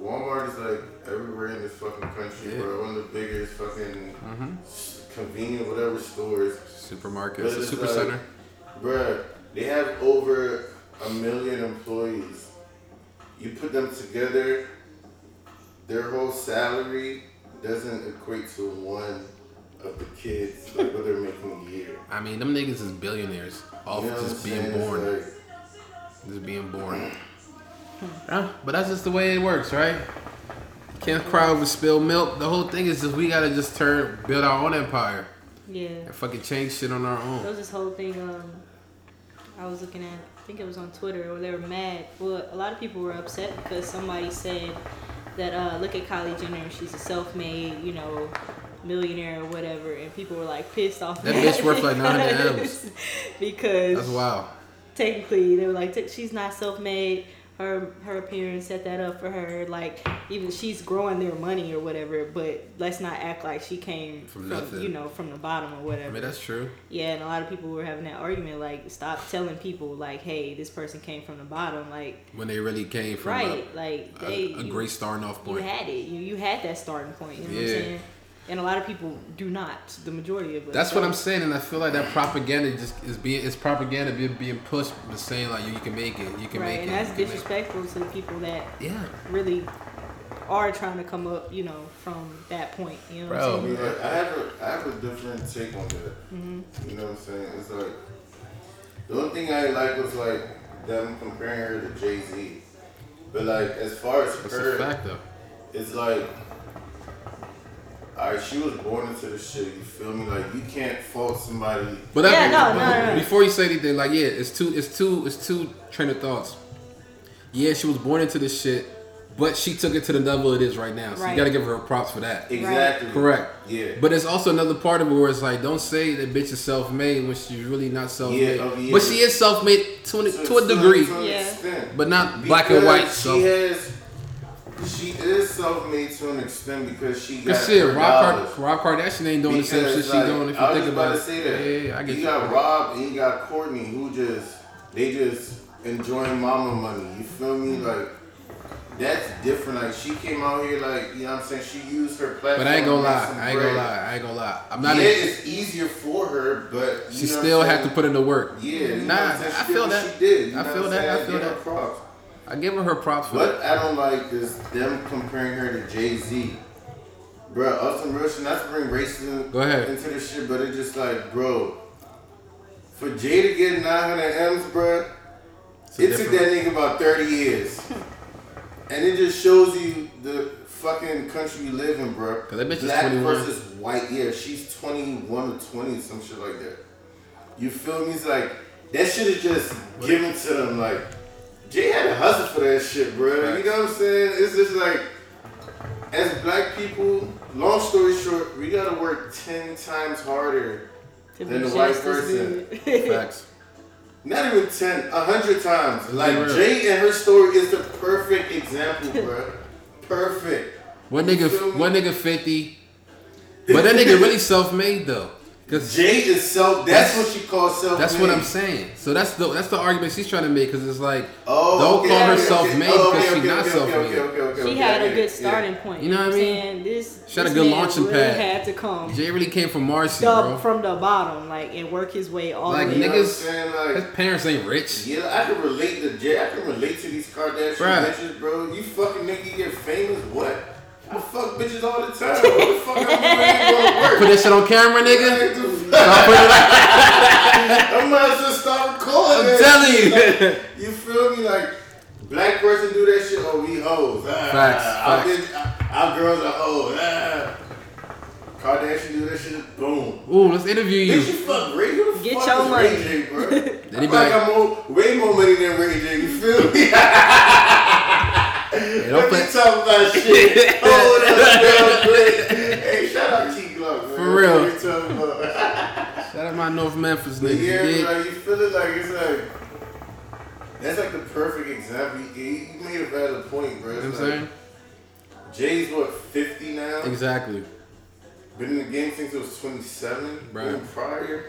[SPEAKER 3] Walmart is like everywhere in this fucking country,
[SPEAKER 1] Yeah. Mm-hmm.
[SPEAKER 3] bro. One of the biggest fucking convenient whatever stores,
[SPEAKER 1] Supermarket.
[SPEAKER 3] But
[SPEAKER 1] It's a
[SPEAKER 3] it's
[SPEAKER 1] super
[SPEAKER 3] like-
[SPEAKER 1] center.
[SPEAKER 3] Bruh, They have over a million employees. You put them together, their whole salary doesn't equate to one of the kids like what they're making a year.
[SPEAKER 1] I mean, them niggas is billionaires off
[SPEAKER 3] You know what
[SPEAKER 1] just
[SPEAKER 3] I'm
[SPEAKER 1] being
[SPEAKER 3] saying? It's
[SPEAKER 1] born.
[SPEAKER 3] like-
[SPEAKER 1] Just being born.
[SPEAKER 2] Hmm.
[SPEAKER 1] Yeah, but that's just the way it works, right? Can't cry over spilled milk. The whole thing is just we gotta just turn, build our own empire,
[SPEAKER 2] Yeah.
[SPEAKER 1] and fucking change shit on our
[SPEAKER 2] There
[SPEAKER 1] own.
[SPEAKER 2] was this whole thing um, I was looking at. I think it was on Twitter where they were mad. Well, a lot of people were upset because somebody said that uh, look at Kylie Jenner. She's a self-made, you know, millionaire or whatever, and people were like pissed off.
[SPEAKER 1] That
[SPEAKER 2] at
[SPEAKER 1] bitch worth, like, 900
[SPEAKER 2] because-
[SPEAKER 1] M's.
[SPEAKER 2] because
[SPEAKER 1] That's wild.
[SPEAKER 2] technically they were like "T- she's not self-made her her parents set that up for her like even she's growing their money or whatever but let's not act like she came
[SPEAKER 1] From
[SPEAKER 2] from,
[SPEAKER 1] nothing.
[SPEAKER 2] you know from the bottom or whatever
[SPEAKER 1] I mean, that's true.
[SPEAKER 2] yeah and a lot of people were having that argument like stop telling people like hey this person came from the bottom like
[SPEAKER 1] When they really came from
[SPEAKER 2] right
[SPEAKER 1] a-
[SPEAKER 2] like
[SPEAKER 1] a,
[SPEAKER 2] they
[SPEAKER 1] a
[SPEAKER 2] you-
[SPEAKER 1] great starting off
[SPEAKER 2] you
[SPEAKER 1] point.
[SPEAKER 2] had it you, you had that starting point you know what
[SPEAKER 1] Yeah.
[SPEAKER 2] i'm saying and a lot of people do not the majority of us
[SPEAKER 1] That's what
[SPEAKER 2] don't.
[SPEAKER 1] I'm saying, and I feel like that propaganda just is being it's propaganda being, being pushed, but saying like you, you can make it, you can make
[SPEAKER 2] right and
[SPEAKER 1] it.
[SPEAKER 2] that's
[SPEAKER 1] you can make it.
[SPEAKER 2] disrespectful to the people that
[SPEAKER 1] Yeah,
[SPEAKER 2] really are trying to come up, you know, from that point. You know
[SPEAKER 1] Bro.
[SPEAKER 2] what I'm
[SPEAKER 3] I mean,
[SPEAKER 2] saying?
[SPEAKER 3] like, I have a I have a different take on that. You know what I'm saying? It's like the only thing I didn't like was like them comparing her to Jay Z, but like as far as
[SPEAKER 1] that's
[SPEAKER 3] her,
[SPEAKER 1] a fact though.
[SPEAKER 3] it's like, alright, she was born into this shit. You feel me? Like you can't fault somebody.
[SPEAKER 1] But
[SPEAKER 2] Yeah,
[SPEAKER 1] that,
[SPEAKER 2] no,
[SPEAKER 1] but
[SPEAKER 2] no, no, no.
[SPEAKER 1] Before you say anything, like yeah, it's two, it's two, it's two train of thoughts. Yeah, she was born into this shit, but she took it to the level it is right now. So you
[SPEAKER 2] Right.
[SPEAKER 1] gotta give her props for that.
[SPEAKER 3] Exactly.
[SPEAKER 1] Correct.
[SPEAKER 3] Yeah.
[SPEAKER 1] But it's also another part of it where it's like, don't say that bitch is self made when she's really not self made.
[SPEAKER 3] Yeah, oh, yeah.
[SPEAKER 1] But she is self made to, an,
[SPEAKER 3] So
[SPEAKER 1] to a
[SPEAKER 3] it's not
[SPEAKER 1] degree,
[SPEAKER 3] to an
[SPEAKER 2] Yeah.
[SPEAKER 3] extent.
[SPEAKER 1] but not black and white.
[SPEAKER 3] Because
[SPEAKER 1] So
[SPEAKER 3] she has. She is self-made to an extent because she got
[SPEAKER 1] Cause shit,
[SPEAKER 3] her
[SPEAKER 1] Rob,
[SPEAKER 3] dollars.
[SPEAKER 1] Car- Rob Kardashian ain't doing the same
[SPEAKER 3] Because,
[SPEAKER 1] shit she
[SPEAKER 3] like,
[SPEAKER 1] doing. If
[SPEAKER 3] I
[SPEAKER 1] you
[SPEAKER 3] was
[SPEAKER 1] think
[SPEAKER 3] just
[SPEAKER 1] about it,
[SPEAKER 3] to say that.
[SPEAKER 1] yeah, yeah, I get
[SPEAKER 3] you
[SPEAKER 1] you.
[SPEAKER 3] got Rob and you got Courtney, who just they just enjoying mama money. You feel me?
[SPEAKER 1] Mm-hmm.
[SPEAKER 3] Like that's different. Like she came out here, like you know what I'm saying. She used her platform.
[SPEAKER 1] But I ain't gonna
[SPEAKER 3] to make
[SPEAKER 1] lie,
[SPEAKER 3] some
[SPEAKER 1] I ain't gonna
[SPEAKER 3] bread.
[SPEAKER 1] lie, I ain't gonna lie. I'm
[SPEAKER 3] Yeah,
[SPEAKER 1] not. a,
[SPEAKER 3] it's easier for her, but you
[SPEAKER 1] she
[SPEAKER 3] know what
[SPEAKER 1] still
[SPEAKER 3] I'm
[SPEAKER 1] had to
[SPEAKER 3] saying?
[SPEAKER 1] put in the work.
[SPEAKER 3] Yeah, you
[SPEAKER 1] Nah,
[SPEAKER 3] know what I'm saying?
[SPEAKER 1] I
[SPEAKER 3] She
[SPEAKER 1] feel
[SPEAKER 3] did what
[SPEAKER 1] that.
[SPEAKER 3] She did. You
[SPEAKER 1] I
[SPEAKER 3] know
[SPEAKER 1] feel
[SPEAKER 3] what I'm
[SPEAKER 1] that, I
[SPEAKER 3] saying?
[SPEAKER 1] feel
[SPEAKER 3] Give her
[SPEAKER 1] that.
[SPEAKER 3] props.
[SPEAKER 1] I give her her props for
[SPEAKER 3] What I don't like is them comparing her to Jay Z. Bro, us and Rush, not to bring racism
[SPEAKER 1] Go ahead.
[SPEAKER 3] into this shit, but it's just like, bro, for Jay to get 900 M's, bro,
[SPEAKER 1] It's a
[SPEAKER 3] it took
[SPEAKER 1] different-
[SPEAKER 3] that nigga about 30 years. and it just shows you the fucking country you live in, bro.
[SPEAKER 1] 'Cause that bitch is
[SPEAKER 3] Black
[SPEAKER 1] 21.
[SPEAKER 3] versus white, yeah, she's 21 or 20, some shit like that. You feel me? It's like, that shit is just given to them, like, Jay had to hustle for that shit, bro. You know what I'm saying? It's just like, as black people, long story short, we gotta work 10 times harder.
[SPEAKER 2] To
[SPEAKER 3] Then the white
[SPEAKER 2] just as
[SPEAKER 3] person.
[SPEAKER 2] good.
[SPEAKER 1] facts.
[SPEAKER 3] Not even 10, 100 times. Like,
[SPEAKER 1] real.
[SPEAKER 3] Jay and her story is the perfect example, bro. Perfect.
[SPEAKER 1] One nigga, one nigga fifty, but that nigga really self made though, cause
[SPEAKER 3] Jay is self, that's what she calls self.
[SPEAKER 1] that's what I'm saying. So that's the that's the argument she's trying to make, cause it's like
[SPEAKER 3] Oh,
[SPEAKER 1] don't
[SPEAKER 3] okay,
[SPEAKER 1] call her
[SPEAKER 3] okay,
[SPEAKER 1] self
[SPEAKER 3] okay.
[SPEAKER 1] made
[SPEAKER 3] Oh,
[SPEAKER 1] because
[SPEAKER 3] okay,
[SPEAKER 1] she's
[SPEAKER 3] okay,
[SPEAKER 1] not
[SPEAKER 3] okay,
[SPEAKER 1] self made.
[SPEAKER 3] Okay, okay, okay, okay,
[SPEAKER 2] She had
[SPEAKER 3] okay,
[SPEAKER 2] a good
[SPEAKER 3] yeah.
[SPEAKER 2] starting point.
[SPEAKER 1] You know what I
[SPEAKER 2] I'm
[SPEAKER 1] mean?
[SPEAKER 2] saying? This,
[SPEAKER 1] She had a
[SPEAKER 2] this
[SPEAKER 1] good
[SPEAKER 2] man
[SPEAKER 1] launching
[SPEAKER 2] really
[SPEAKER 1] pad.
[SPEAKER 2] had to come
[SPEAKER 1] Jay really came from Marcy,
[SPEAKER 2] the-
[SPEAKER 1] bro.
[SPEAKER 2] from the bottom, like, and work his way all
[SPEAKER 1] Like,
[SPEAKER 2] the
[SPEAKER 3] You
[SPEAKER 1] nigga-
[SPEAKER 2] way up.
[SPEAKER 3] know what I'm saying? Like,
[SPEAKER 1] His parents ain't rich.
[SPEAKER 3] Yeah, I can relate to Jay. I can relate to these Kardashian
[SPEAKER 1] Bruh.
[SPEAKER 3] bitches, bro. You fucking nigga get famous, what? I fuck bitches all the time. What the fuck I'm doing?
[SPEAKER 1] Put that shit on camera, nigga. Stop putting it out.
[SPEAKER 3] I might as well stop recording.
[SPEAKER 1] I'm
[SPEAKER 3] it.
[SPEAKER 1] telling you.
[SPEAKER 3] Like, you feel me? Like black person do that shit. Oh, we hoes. Ah,
[SPEAKER 1] Facts,
[SPEAKER 3] Our,
[SPEAKER 1] facts.
[SPEAKER 3] bitch- our girls are hoes. Ah. Kardashian do that shit. Boom.
[SPEAKER 1] Ooh, let's interview
[SPEAKER 3] Bitch, you
[SPEAKER 1] you.
[SPEAKER 3] fuck Ray. Who the
[SPEAKER 2] Get
[SPEAKER 3] fuck
[SPEAKER 2] your
[SPEAKER 3] is
[SPEAKER 2] money.
[SPEAKER 3] Ray J, bro?
[SPEAKER 1] he
[SPEAKER 3] I'm
[SPEAKER 1] be
[SPEAKER 3] like,
[SPEAKER 1] like-
[SPEAKER 3] I'm more, way more money than Ray J. You feel me?
[SPEAKER 1] Hey,
[SPEAKER 3] Let
[SPEAKER 1] don't
[SPEAKER 3] me
[SPEAKER 1] play.
[SPEAKER 3] talk about shit. Oh, Hold up, real quick. Hey, shout out T Glock, man.
[SPEAKER 1] For real.
[SPEAKER 3] Let me talk about-
[SPEAKER 1] Shout out my North Memphis
[SPEAKER 3] But
[SPEAKER 1] niggas.
[SPEAKER 3] yeah,
[SPEAKER 1] you dig?
[SPEAKER 3] like you feel it like it's like that's like the perfect example. You, you made a valid point, bro.
[SPEAKER 1] You
[SPEAKER 3] It's
[SPEAKER 1] know what I'm
[SPEAKER 3] like,
[SPEAKER 1] saying?
[SPEAKER 3] Jay's what fifty now.
[SPEAKER 1] Exactly.
[SPEAKER 3] Been in the game since he was twenty seven.
[SPEAKER 1] Right.
[SPEAKER 3] Even prior,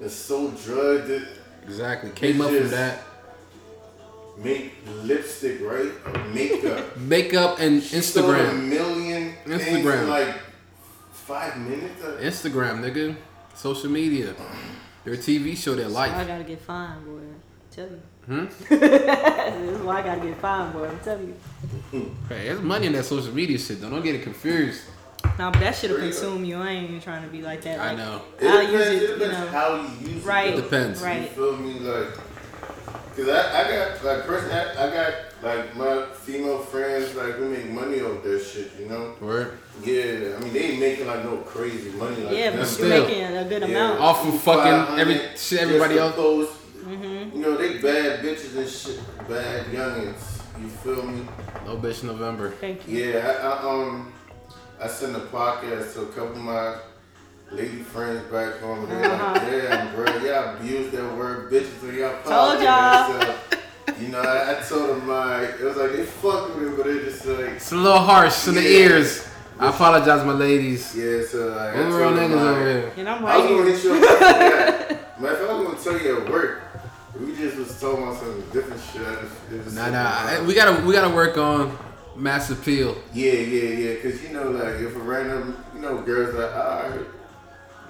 [SPEAKER 3] is so drugged that
[SPEAKER 1] Exactly. Came up from
[SPEAKER 3] just-
[SPEAKER 1] that.
[SPEAKER 3] make lipstick right or makeup.
[SPEAKER 1] Makeup and
[SPEAKER 3] Sold a
[SPEAKER 1] Instagram.
[SPEAKER 3] million things
[SPEAKER 1] Instagram.
[SPEAKER 3] in like five minutes. Uh,
[SPEAKER 1] Instagram, nigga. Social media. Their TV show, their
[SPEAKER 2] I
[SPEAKER 1] life.
[SPEAKER 2] gotta get fined, boy. i tell you.
[SPEAKER 1] Hmm?
[SPEAKER 2] this is why I gotta get fined, boy. I'm telling you.
[SPEAKER 1] Hey, there's money in that social media shit, though. Don't get it confused.
[SPEAKER 2] Nah, but that shit'll
[SPEAKER 3] Straight up.
[SPEAKER 2] consume you. I ain't even trying to be like that.
[SPEAKER 1] I
[SPEAKER 2] Like,
[SPEAKER 1] know.
[SPEAKER 3] It
[SPEAKER 2] I'll
[SPEAKER 3] depends,
[SPEAKER 2] use it,
[SPEAKER 3] it
[SPEAKER 2] you
[SPEAKER 3] depends
[SPEAKER 2] know.
[SPEAKER 3] how you use
[SPEAKER 2] Right.
[SPEAKER 3] it.
[SPEAKER 1] It depends.
[SPEAKER 3] You
[SPEAKER 2] Right.
[SPEAKER 3] feel me? Like, cause I, I got like personally, I, I got like my female friends like we make money off that shit, you know?
[SPEAKER 1] Word.
[SPEAKER 3] Yeah, I mean they ain't making like no crazy money like
[SPEAKER 2] Yeah, but
[SPEAKER 3] that.
[SPEAKER 2] you're
[SPEAKER 1] still.
[SPEAKER 2] making a good amount.
[SPEAKER 1] Off of fucking every-
[SPEAKER 3] 500
[SPEAKER 1] shit everybody
[SPEAKER 3] just to
[SPEAKER 1] else.
[SPEAKER 3] Post,
[SPEAKER 2] Mm-hmm.
[SPEAKER 3] You know they bad bitches and shit, bad youngins. You feel me?
[SPEAKER 1] No bitch November.
[SPEAKER 2] Thank you.
[SPEAKER 3] Yeah, I, I um, I sent a podcast to a couple of my lady friends back home, and they're
[SPEAKER 2] Uh-huh.
[SPEAKER 3] like, "Damn, bro, y'all abused that word, bitches, when y'all
[SPEAKER 2] Told
[SPEAKER 3] podcast."
[SPEAKER 2] y'all.
[SPEAKER 3] So, you know, I, I told them like it was like they fuck with it, but they just like
[SPEAKER 1] It's a little harsh in the
[SPEAKER 3] Yeah.
[SPEAKER 1] ears. I apologize, my ladies.
[SPEAKER 3] yeah. So like, I
[SPEAKER 1] We're real
[SPEAKER 3] told them,
[SPEAKER 1] niggas
[SPEAKER 3] like,
[SPEAKER 1] over here.
[SPEAKER 2] And I'm
[SPEAKER 3] I was
[SPEAKER 2] right
[SPEAKER 3] gonna
[SPEAKER 2] here.
[SPEAKER 3] hit you up. yeah. Matter of fact, I was gonna tell you at work. We just was talking about some different shit. I just- it was
[SPEAKER 1] Nah,
[SPEAKER 3] something
[SPEAKER 1] nah.
[SPEAKER 3] about-
[SPEAKER 1] I- We gotta, we gotta work on mass appeal.
[SPEAKER 3] Yeah, yeah, yeah. Cause you know, like if a random, you know, girls like, all right.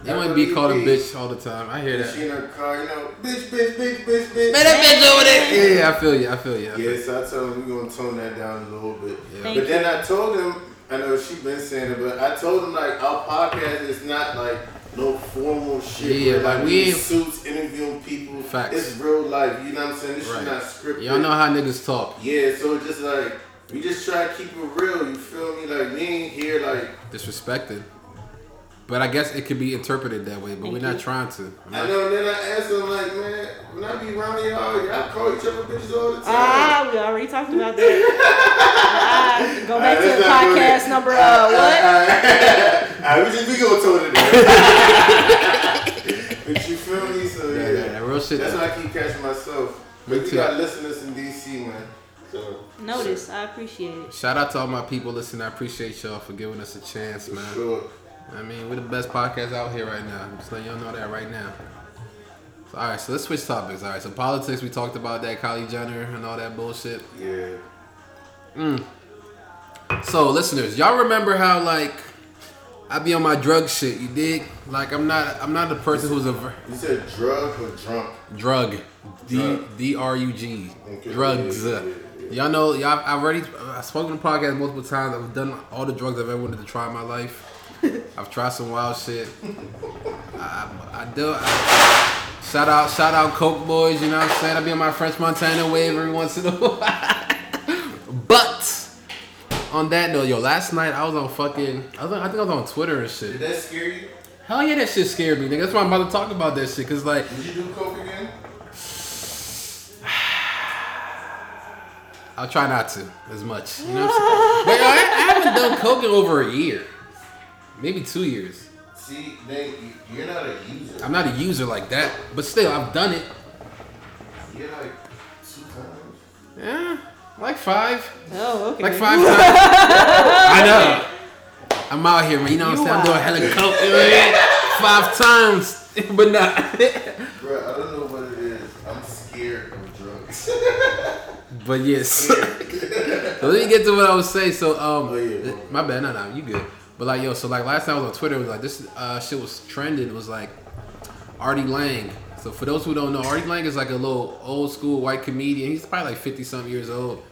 [SPEAKER 1] You wouldn't be called a bitch all the time. I hear
[SPEAKER 3] And
[SPEAKER 1] that.
[SPEAKER 3] she in her car, you know, bitch, bitch, bitch, bitch, bitch.
[SPEAKER 1] Man, that bitch over there. Yeah, I feel you. I feel you. I feel you.
[SPEAKER 3] Yeah, so I told him we gonna tone that down a little bit.
[SPEAKER 2] Thank
[SPEAKER 3] But then I told him, I know she been saying it, but I told him like our podcast is not like no formal shit.
[SPEAKER 1] Yeah,
[SPEAKER 3] where,
[SPEAKER 1] like, we
[SPEAKER 3] we in
[SPEAKER 1] ain't-
[SPEAKER 3] suits interviewing people.
[SPEAKER 1] Facts.
[SPEAKER 3] It's real life. You know what I'm saying? This shit
[SPEAKER 1] Right.
[SPEAKER 3] not scripted.
[SPEAKER 1] Y'all know how niggas talk.
[SPEAKER 3] Yeah, so it's just like we just try to keep it real. You feel me? Like we ain't here like
[SPEAKER 1] Disrespected. But I guess it could be interpreted that way. But we're not trying to. I'm
[SPEAKER 3] I
[SPEAKER 1] not-
[SPEAKER 3] know. And then I asked him like, man, when I be around y'all, y'all call each other bitches all the time.
[SPEAKER 2] Ah, we already talked about that. Ah, go back
[SPEAKER 3] Alright,
[SPEAKER 2] to
[SPEAKER 3] let's
[SPEAKER 2] the
[SPEAKER 3] not Ah, go
[SPEAKER 2] podcast
[SPEAKER 3] there.
[SPEAKER 2] number uh, what?
[SPEAKER 3] Alright, alright, ah, we just we gonna tone it down. but you feel me? So yeah,
[SPEAKER 1] Yeah, yeah, that real shit.
[SPEAKER 3] that's why I keep catching myself.
[SPEAKER 1] Me
[SPEAKER 3] But we
[SPEAKER 1] too.
[SPEAKER 3] got listeners in DC, man. So
[SPEAKER 2] Notice, I appreciate it.
[SPEAKER 1] Shout out to all my people listening. I appreciate y'all for giving us a chance, man.
[SPEAKER 3] sure.
[SPEAKER 1] I mean, we're the best podcast out here right now. I'm just letting y'all know that right now. So, all right, so let's switch topics. All right, so politics, we talked about that, Kylie Jenner and all that bullshit.
[SPEAKER 3] Yeah.
[SPEAKER 1] So, listeners, y'all remember how like I be on my drug shit? You dig? Like I'm not, I'm not the person who's a ver-
[SPEAKER 3] You said drug or drunk?
[SPEAKER 1] drug, D
[SPEAKER 3] Drug.
[SPEAKER 1] D R U G,
[SPEAKER 3] Okay,
[SPEAKER 1] drugs.
[SPEAKER 3] yeah, yeah, yeah.
[SPEAKER 1] Y'all know, y'all. I've already, I've spoken on the podcast multiple times. I've done all the drugs I've ever wanted to try in my life. I've tried some wild shit. I, I do. I, shout out, shout out, Coke boys. You know what I'm saying? I be on my French Montana wave every once in a while. but on that note, yo, last night I was on fucking. I, was on, I think I was on Twitter and
[SPEAKER 3] Did
[SPEAKER 1] shit.
[SPEAKER 3] that scare you?
[SPEAKER 1] Hell yeah, that shit scared me, nigga. That's why I'm about to talk about that shit. Cause like,
[SPEAKER 3] Did you do coke again?
[SPEAKER 1] I'll try not to as much. You know what I'm saying? but yo, I, I haven't done coke in over a year, maybe two years.
[SPEAKER 3] See, they, you- you're not a user.
[SPEAKER 1] I'm not a user like that, but still, I've done it.
[SPEAKER 3] You're like two times.
[SPEAKER 1] Yeah, like five,
[SPEAKER 2] Oh, okay.
[SPEAKER 1] like five times. I know. I'm out here, man. You know what I'm
[SPEAKER 2] You
[SPEAKER 1] saying? I'm doing
[SPEAKER 2] wild.
[SPEAKER 1] hella coke. you know what I mean? Five times, but not.
[SPEAKER 3] Bro, I don't know what it is. I'm scared of drugs.
[SPEAKER 1] but yes. so let me get to what I was saying. So um,
[SPEAKER 3] Oh, yeah,
[SPEAKER 1] th-
[SPEAKER 3] bro.
[SPEAKER 1] my bad. No, no, you good. But like yo, so like last time I was on Twitter, it was like this uh, shit was trending. It was like Artie Lang. So for those who don't know, Artie Lang is like a little old school white comedian. He's probably like fifty something years old. He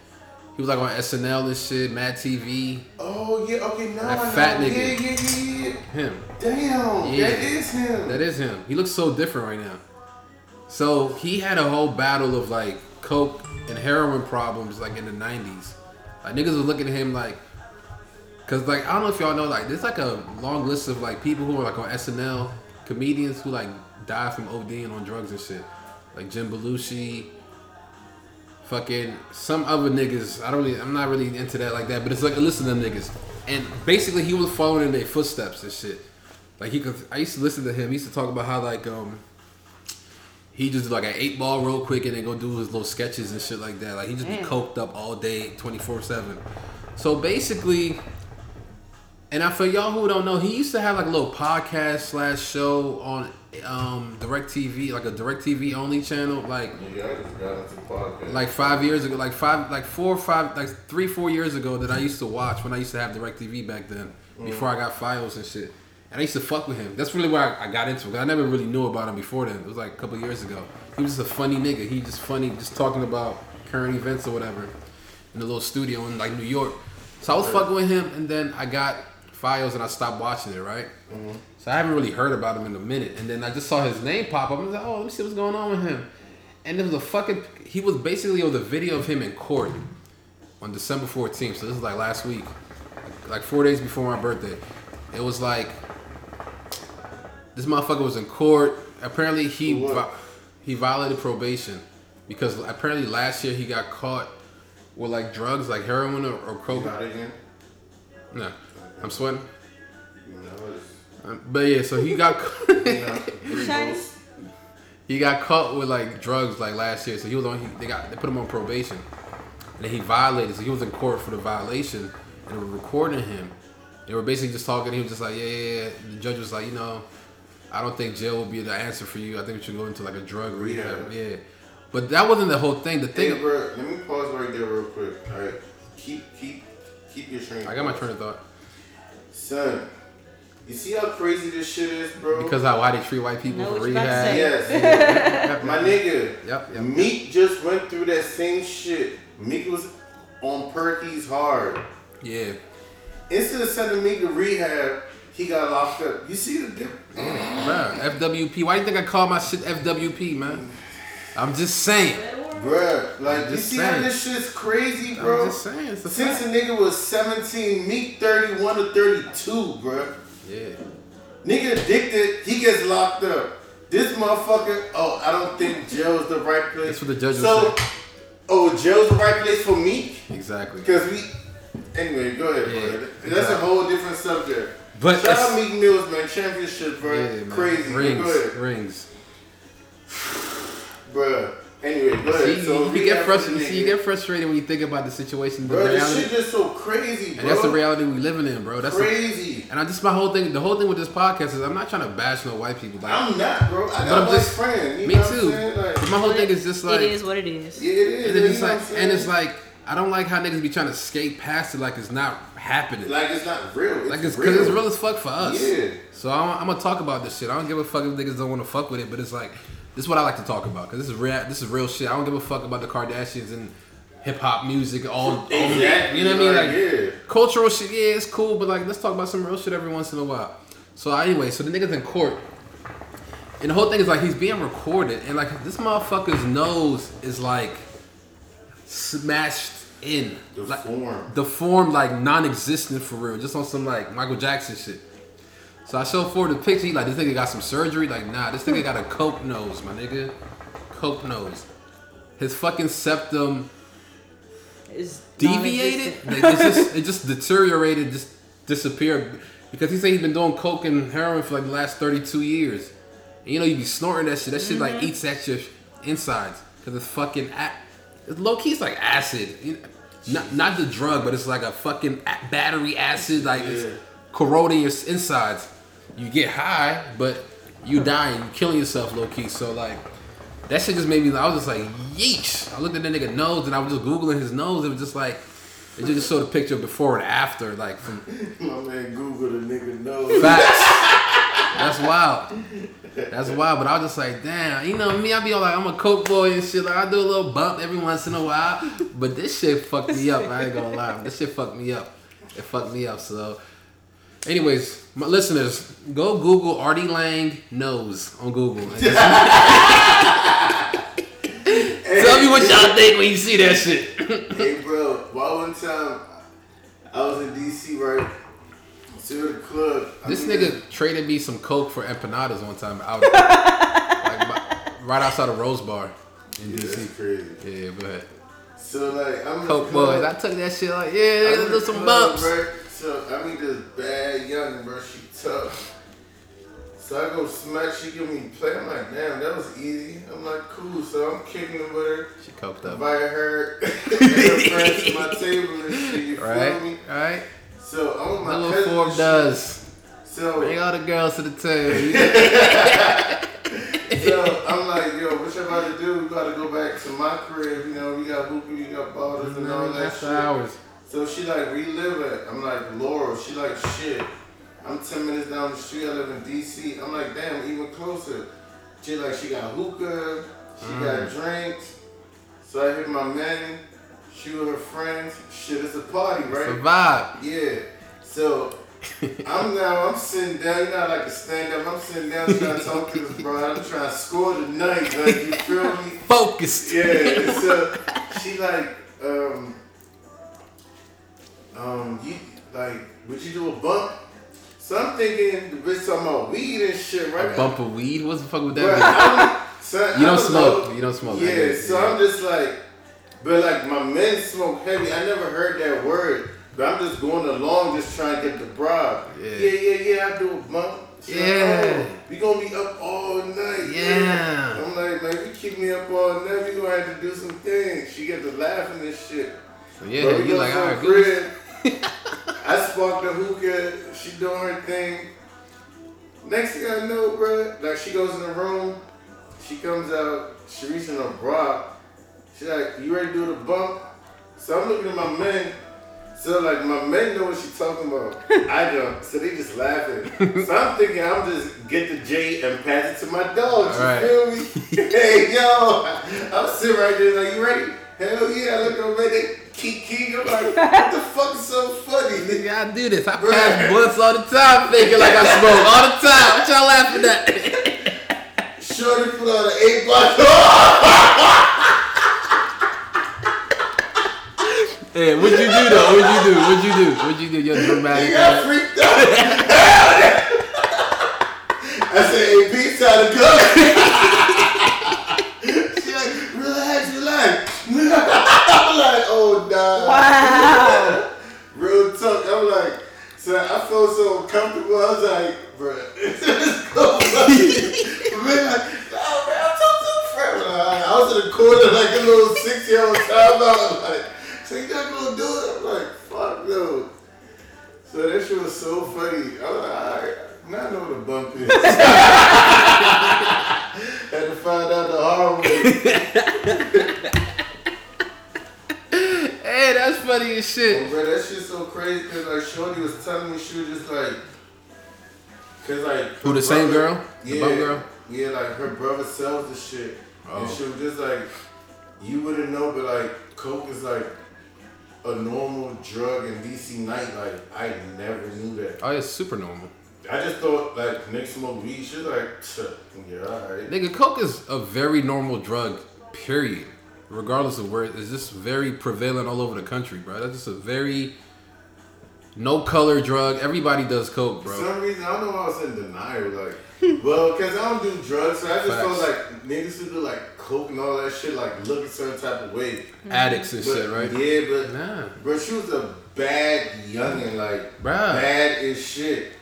[SPEAKER 1] He was like on SNL and shit, Mad TV.
[SPEAKER 3] Oh yeah, okay, now
[SPEAKER 1] That
[SPEAKER 3] I
[SPEAKER 1] fat
[SPEAKER 3] know.
[SPEAKER 1] nigga.
[SPEAKER 3] Yeah, yeah, yeah, yeah.
[SPEAKER 1] Him.
[SPEAKER 3] Damn,
[SPEAKER 1] Yeah.
[SPEAKER 3] that is him.
[SPEAKER 1] That is him. He looks so different right now. So he had a whole battle of like coke and heroin problems like in the nineties. Like niggas was looking at him like, cause like I don't know if y'all know like there's like a long list of like people who are like on SNL comedians who like die from OD and on drugs and shit. Like Jim Belushi, fucking some other niggas. I don't. Really, I'm not really into that like that. But it's like a list of them niggas. And basically, he was following in their footsteps and shit. Like he could. I used to listen to him. He used to talk about how like um. He just do like an eight ball real quick and then go do his little sketches and shit like that. Like he just be
[SPEAKER 2] Damn.
[SPEAKER 1] coked up all day, twenty four seven. So basically, and I for y'all who don't know, he used to have like a little podcast slash show on um Directv, like a Directv only channel. Like
[SPEAKER 3] Yeah, I just got into podcast.
[SPEAKER 1] like five years ago, like five, like four or five, like three, four years ago that I used to watch when I used to have DirecTV back then, before I got files and shit. And I used to fuck with him. That's really where I, I got into it. 'cause I never really knew about him before then. It was like a couple years ago. He was just a funny nigga. He just funny, just talking about current events or whatever in a little studio in like New York. So I was fucking with him, and then I got files and I stopped watching it, right? So I haven't really heard about him in a minute. And then I just saw his name pop up. I was like, oh, let me see what's going on with him. And it was a fucking. He was basically on the video of him in court on December 14th. So this is like last week, like four days before my birthday. It was like this motherfucker was in court. Apparently he
[SPEAKER 3] For what?
[SPEAKER 1] vi- he violated probation because apparently last year he got caught with like drugs, like heroin or, or
[SPEAKER 3] you
[SPEAKER 1] coke.
[SPEAKER 3] got it again?
[SPEAKER 1] No, I'm sweating.
[SPEAKER 3] You know it's-
[SPEAKER 1] Um, But yeah, so he got.
[SPEAKER 3] you know, three
[SPEAKER 2] Shiny.
[SPEAKER 3] votes.
[SPEAKER 1] He got caught with like drugs like last year, so he was on. He, they got they put him on probation, and then he violated. So he was in court for the violation, and they were recording him. They were basically just talking. He was just like, yeah, yeah. yeah. The judge was like, you know, I don't think jail will be the answer for you. I think you should go into like a drug rehab.
[SPEAKER 3] Rehab.
[SPEAKER 1] Yeah, but that wasn't the whole thing. The
[SPEAKER 3] Hey,
[SPEAKER 1] thing
[SPEAKER 3] bro, let me pause right there real quick. All right, keep keep keep your train.
[SPEAKER 1] I got my
[SPEAKER 3] paused.
[SPEAKER 1] train of thought
[SPEAKER 3] Son, you see how crazy this shit is, bro?
[SPEAKER 1] because how why they treat white people
[SPEAKER 2] Know
[SPEAKER 1] for
[SPEAKER 2] what you about to
[SPEAKER 1] rehab.
[SPEAKER 2] say.
[SPEAKER 3] yes,
[SPEAKER 1] Yep,
[SPEAKER 3] my nigga.
[SPEAKER 1] Yep, yep.
[SPEAKER 3] Meek just went through that same shit. Meek was on Perky's hard.
[SPEAKER 1] Yeah,
[SPEAKER 3] Instead of sending Meek to rehab, he got locked up. You see the difference?
[SPEAKER 1] Bruh, FWP. Why do you think I call my shit FWP, man? I'm just saying.
[SPEAKER 3] Bruh, like you
[SPEAKER 1] just
[SPEAKER 3] see how
[SPEAKER 1] saying.
[SPEAKER 3] this shit's crazy, bro.
[SPEAKER 1] I'm just saying. It's a
[SPEAKER 3] Since
[SPEAKER 1] fact.
[SPEAKER 3] the nigga was 17, Meek 31 to 32, bruh.
[SPEAKER 1] Yeah.
[SPEAKER 3] Nigga addicted, he gets locked up. This motherfucker, oh, I don't think jail's the right place.
[SPEAKER 1] That's what the judge was
[SPEAKER 3] so,
[SPEAKER 1] saying.
[SPEAKER 3] Oh, jail's the right place for Meek?
[SPEAKER 1] Exactly.
[SPEAKER 3] Because we. Anyway, go ahead,
[SPEAKER 1] Yeah,
[SPEAKER 3] bro. That's
[SPEAKER 1] exactly.
[SPEAKER 3] a whole different subject.
[SPEAKER 1] But
[SPEAKER 3] Shout
[SPEAKER 1] it's-
[SPEAKER 3] out Meek Mills, man. Championship, bro.
[SPEAKER 1] Yeah, man.
[SPEAKER 3] Crazy.
[SPEAKER 1] rings,
[SPEAKER 3] Go ahead.
[SPEAKER 1] rings.
[SPEAKER 3] Bruh. Anyway, go ahead.
[SPEAKER 1] See,
[SPEAKER 3] so
[SPEAKER 1] you,
[SPEAKER 3] we
[SPEAKER 1] get
[SPEAKER 3] have the
[SPEAKER 1] frustrated. See, you
[SPEAKER 3] nigga.
[SPEAKER 1] get frustrated when you think about the situation, the
[SPEAKER 3] Bruh, this
[SPEAKER 1] reality,
[SPEAKER 3] shit just so crazy, bro.
[SPEAKER 1] and that's the reality we living in, bro. That's the-
[SPEAKER 3] Crazy.
[SPEAKER 1] and I just my whole thing. The whole thing with this podcast is I'm not trying to bash no white people. Like
[SPEAKER 3] I'm not, bro. I
[SPEAKER 1] But I'm
[SPEAKER 3] got my
[SPEAKER 1] just-
[SPEAKER 3] friend. You
[SPEAKER 1] me
[SPEAKER 3] know what I'm
[SPEAKER 1] too.
[SPEAKER 3] saying? Like,
[SPEAKER 1] my whole thing is just like
[SPEAKER 2] it is what it is.
[SPEAKER 3] yeah, it is.
[SPEAKER 1] and it's just like
[SPEAKER 3] you know what I'm
[SPEAKER 1] and
[SPEAKER 3] saying?
[SPEAKER 1] it's like I don't like how niggas be trying to skate past it like it's not happening. Like,
[SPEAKER 3] Like it's not real. It's
[SPEAKER 1] it's
[SPEAKER 3] real.
[SPEAKER 1] because it's real as fuck for us.
[SPEAKER 3] Yeah.
[SPEAKER 1] So I'm, I'm gonna talk about this shit. I don't give a fuck if niggas don't want to fuck with it, but it's like this is what I like to talk about because this is real. This is real shit. I don't give a fuck about the Kardashians and hip hop music. All, all
[SPEAKER 3] Exactly,
[SPEAKER 1] you know what I
[SPEAKER 3] like,
[SPEAKER 1] mean? Like
[SPEAKER 3] yeah.
[SPEAKER 1] cultural shit. Yeah, it's cool, but like let's talk about some real shit every once in a while. So anyway, so the niggas in court, and the whole thing is like he's being recorded, and like this motherfucker's nose is like smashed in. Like,
[SPEAKER 3] Deformed.
[SPEAKER 1] the form like non-existent for real, just on some like Michael Jackson shit. So I showed Ford the picture. He like, this nigga got some surgery. Like, nah, this nigga got a coke nose, my nigga, coke nose. His fucking septum
[SPEAKER 2] It's
[SPEAKER 1] deviated.
[SPEAKER 2] non-existent.
[SPEAKER 1] Like, it's just, it just deteriorated, just disappeared because he said he's been doing coke and heroin for like the last thirty-two years. And you know, you be snorting that shit. That shit like eats at your insides because it's fucking. A- it's low key, it's like acid. You know, Not, not the drug, but it's like a fucking a- battery acid. Like
[SPEAKER 3] Yeah.
[SPEAKER 1] it's corroding your s- insides. You get high, but you dying, you killing yourself low key. So like that shit just made me. I was just like, yeesh. I looked at that nigga nose, and I was just googling his nose. It was just like, it just showed a picture of before and after, like from
[SPEAKER 3] My man Google the nigga knows.
[SPEAKER 1] facts. That's wild. That's wild. But I was just like, damn, you know me, I be all like, I'm a coke boy and shit. Like I do a little bump every once in a while. But this shit fucked me up. I ain't gonna lie. This shit fucked me up. It fucked me up. So, anyways, my listeners, go Google Artie Lang nose on Google. Tell me what y'all think when you see that shit.
[SPEAKER 3] hey, bro. While one time I was in DC, right? To the club. I
[SPEAKER 1] This
[SPEAKER 3] mean,
[SPEAKER 1] nigga traded me some coke for empanadas one time out, like, my- right outside of Rose Bar in
[SPEAKER 3] Yeah,
[SPEAKER 1] DC.
[SPEAKER 3] that's crazy.
[SPEAKER 1] Yeah, but
[SPEAKER 3] So like, I'm in
[SPEAKER 1] coke
[SPEAKER 3] the
[SPEAKER 1] boys,
[SPEAKER 3] club.
[SPEAKER 1] I took that shit like yeah,
[SPEAKER 3] I'm
[SPEAKER 1] let's
[SPEAKER 3] in
[SPEAKER 1] do
[SPEAKER 3] the
[SPEAKER 1] some
[SPEAKER 3] club,
[SPEAKER 1] bumps.
[SPEAKER 3] Right? So I mean, this bad young bro, she tough. So I go smack. She give me play. I'm like, damn, that was easy. I'm like, cool. So I'm kicking it with her.
[SPEAKER 1] She coked up,
[SPEAKER 3] Invite her and her friends to my table and shit. You feel me?
[SPEAKER 1] right? Right?
[SPEAKER 3] So I'm with my
[SPEAKER 1] That's what
[SPEAKER 3] cousin.
[SPEAKER 1] Forbes
[SPEAKER 3] and
[SPEAKER 1] does.
[SPEAKER 3] shit. So
[SPEAKER 1] Bring all the girls to the table.
[SPEAKER 3] So I'm like, yo, what you about to do? We gotta go back to my crib. You know, we got hookah, we got bottles and all that
[SPEAKER 1] Mm-hmm. That's
[SPEAKER 3] shit.
[SPEAKER 1] hours.
[SPEAKER 3] So she like relive it. I'm like Laurel. She like shit. I'm ten minutes down the street. I live in D.C. I'm like damn, even closer. She like she got hookah. She got drinks. So I hit my man. She with her friends. Shit, it's a party, right?
[SPEAKER 1] Survive.
[SPEAKER 3] Yeah. So I'm now I'm sitting down, you know, I like to stand up. I'm sitting down trying to talk to this bro. I'm trying to score tonight, like you feel me?
[SPEAKER 1] Focused.
[SPEAKER 3] Yeah. So she like, um, um, you like, would you do a bump? So I'm thinking the bitch talking about uh, weed and shit, right?
[SPEAKER 1] A bump of weed. What's the fuck with
[SPEAKER 3] Bruh,
[SPEAKER 1] that?
[SPEAKER 3] I'm- son,
[SPEAKER 1] You
[SPEAKER 3] I
[SPEAKER 1] don't
[SPEAKER 3] know.
[SPEAKER 1] smoke. You don't smoke. I get
[SPEAKER 3] Yeah,
[SPEAKER 1] it.
[SPEAKER 3] so I'm just like, but like my men smoke heavy. I never heard that word, but I'm just going along, just trying to get the bribe.
[SPEAKER 1] Yeah.
[SPEAKER 3] Yeah, yeah, yeah. I do a bump. She's like,
[SPEAKER 1] Yeah.
[SPEAKER 3] "Oh, we gonna be up all night.
[SPEAKER 1] Yeah.
[SPEAKER 3] I'm like, man, you keep me up all night. We gonna have to do some things. She get to laughing and shit.
[SPEAKER 1] So yeah,
[SPEAKER 3] Bro, we
[SPEAKER 1] you
[SPEAKER 3] go
[SPEAKER 1] like
[SPEAKER 3] to
[SPEAKER 1] all
[SPEAKER 3] her
[SPEAKER 1] right, good.
[SPEAKER 3] crib. I sparked the hookah. She doing her thing. Next thing I know, bro, like she goes in the room. She comes out. She reaching her bra. She like, you ready to do the bump? So I'm looking at my men. So like my men know what she talking about. I don't. So they just laughing. So I'm thinking I'm just get the J and pass it to my dogs. You
[SPEAKER 1] Alright.
[SPEAKER 3] feel me? hey yo, I'm sitting right there like you ready? Hell yeah! I look over there, keep keep. I'm like, what the fuck is so funny? nigga?
[SPEAKER 1] Nigga, I do this. I
[SPEAKER 3] Bruh.
[SPEAKER 1] pass blunts all the time, thinking like I smoke all the time. What y'all laughing at?
[SPEAKER 3] Shorty put on an eight block.
[SPEAKER 1] hey, what'd you do though? What'd you do? What'd you do? What'd you do? You're
[SPEAKER 3] He
[SPEAKER 1] dramatic.
[SPEAKER 3] got
[SPEAKER 1] ass.
[SPEAKER 3] freaked out. I said, hey, peace out of go. She like, relax, relax. I'm like, oh, nah.
[SPEAKER 2] Wow.
[SPEAKER 3] Real tough. I'm like, so I felt so comfortable. I was like, bruh, let's go. Man, like, "Nah, man, I'm talking to a friend." Like, I was in the corner like a little six year old timeout. Like, take that little dude. I'm like, fuck no. So that shit was so funny. I'm like, alright, now I know what a bump is. Had to find out the hard way.
[SPEAKER 1] Hey, that's funny as shit.
[SPEAKER 3] Bro, that shit's so crazy because like Shorty was telling me she was just like, cause like
[SPEAKER 1] Who, the same girl? The
[SPEAKER 3] Yeah,
[SPEAKER 1] bum girl?
[SPEAKER 3] yeah, like her brother sells the shit,
[SPEAKER 1] Oh.
[SPEAKER 3] and she was just like, you wouldn't know, but like coke is like a normal drug in DC night. Like I never knew that.
[SPEAKER 1] Oh, it's super normal.
[SPEAKER 3] I just thought like niggas smoke weed. She's like, "Tch, yeah, alright.
[SPEAKER 1] Nigga, coke is a very normal drug, period. Regardless of where it's just very prevalent all over the country, bro. That's just a very no color drug. Everybody does coke,
[SPEAKER 3] For
[SPEAKER 1] bro.
[SPEAKER 3] some reason, I don't know why I was in denial. Like, well, because I don't do drugs, so I just
[SPEAKER 1] Facts.
[SPEAKER 3] felt like niggas who do like coke and all that shit, like look a certain type of way.
[SPEAKER 1] Addicts and
[SPEAKER 3] But-
[SPEAKER 1] shit, right?
[SPEAKER 3] Yeah, but
[SPEAKER 1] Nah.
[SPEAKER 3] bro, she was a bad youngin, like
[SPEAKER 1] Bruh.
[SPEAKER 3] bad as shit.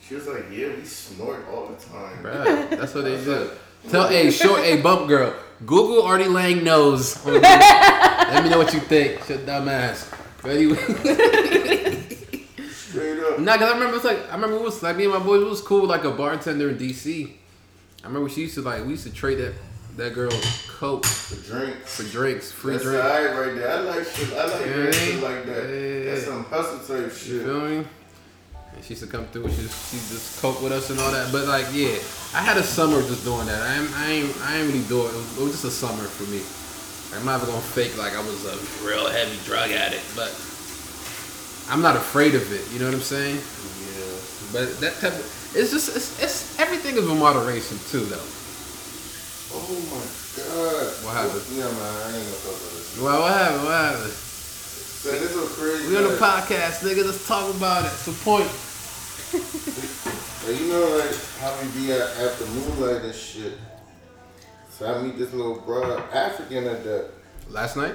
[SPEAKER 3] She was like, yeah, we snort all the time.
[SPEAKER 1] Bruh, that's what they do. Tell a hey, short a bump girl. Google Artie Lang knows. on Google. Let me know what you think. Shut dumb ass. But anyway,
[SPEAKER 3] Straight up.
[SPEAKER 1] nah, cause I remember it's like I remember it was like me and my boys it was cool with, like a bartender in DC. I remember she used to like we used to trade that that girl coke
[SPEAKER 3] The drink.
[SPEAKER 1] for drinks, free
[SPEAKER 3] That's
[SPEAKER 1] drinks.
[SPEAKER 3] alright right there. I like shit. I like
[SPEAKER 1] Yeah.
[SPEAKER 3] weird shit like that.
[SPEAKER 1] Yeah.
[SPEAKER 3] That's some hustle type
[SPEAKER 1] You
[SPEAKER 3] shit.
[SPEAKER 1] feel me? And she used to come through. and She just, she just cope with us and all that. But like, yeah, I had a summer just doing that. I ain't, I ain't, I ain't really doing. It was, it was just a summer for me. I'm not even gonna fake like I was a real heavy drug addict, but I'm not afraid of it. You know what I'm saying?
[SPEAKER 3] Yeah.
[SPEAKER 1] But that type of, it's just, it's, it's everything is in moderation too, though.
[SPEAKER 3] Oh my god.
[SPEAKER 1] What happened?
[SPEAKER 3] Yeah, man, I ain't gonna talk about this.
[SPEAKER 1] Well, what happened? What happened?
[SPEAKER 3] So this is crazy.
[SPEAKER 1] We on the
[SPEAKER 3] like-
[SPEAKER 1] podcast, nigga. Let's talk about it. It's the point.
[SPEAKER 3] But you know, like how we be at, at the moonlight and shit. So I meet this little broad African at that.
[SPEAKER 1] Last night.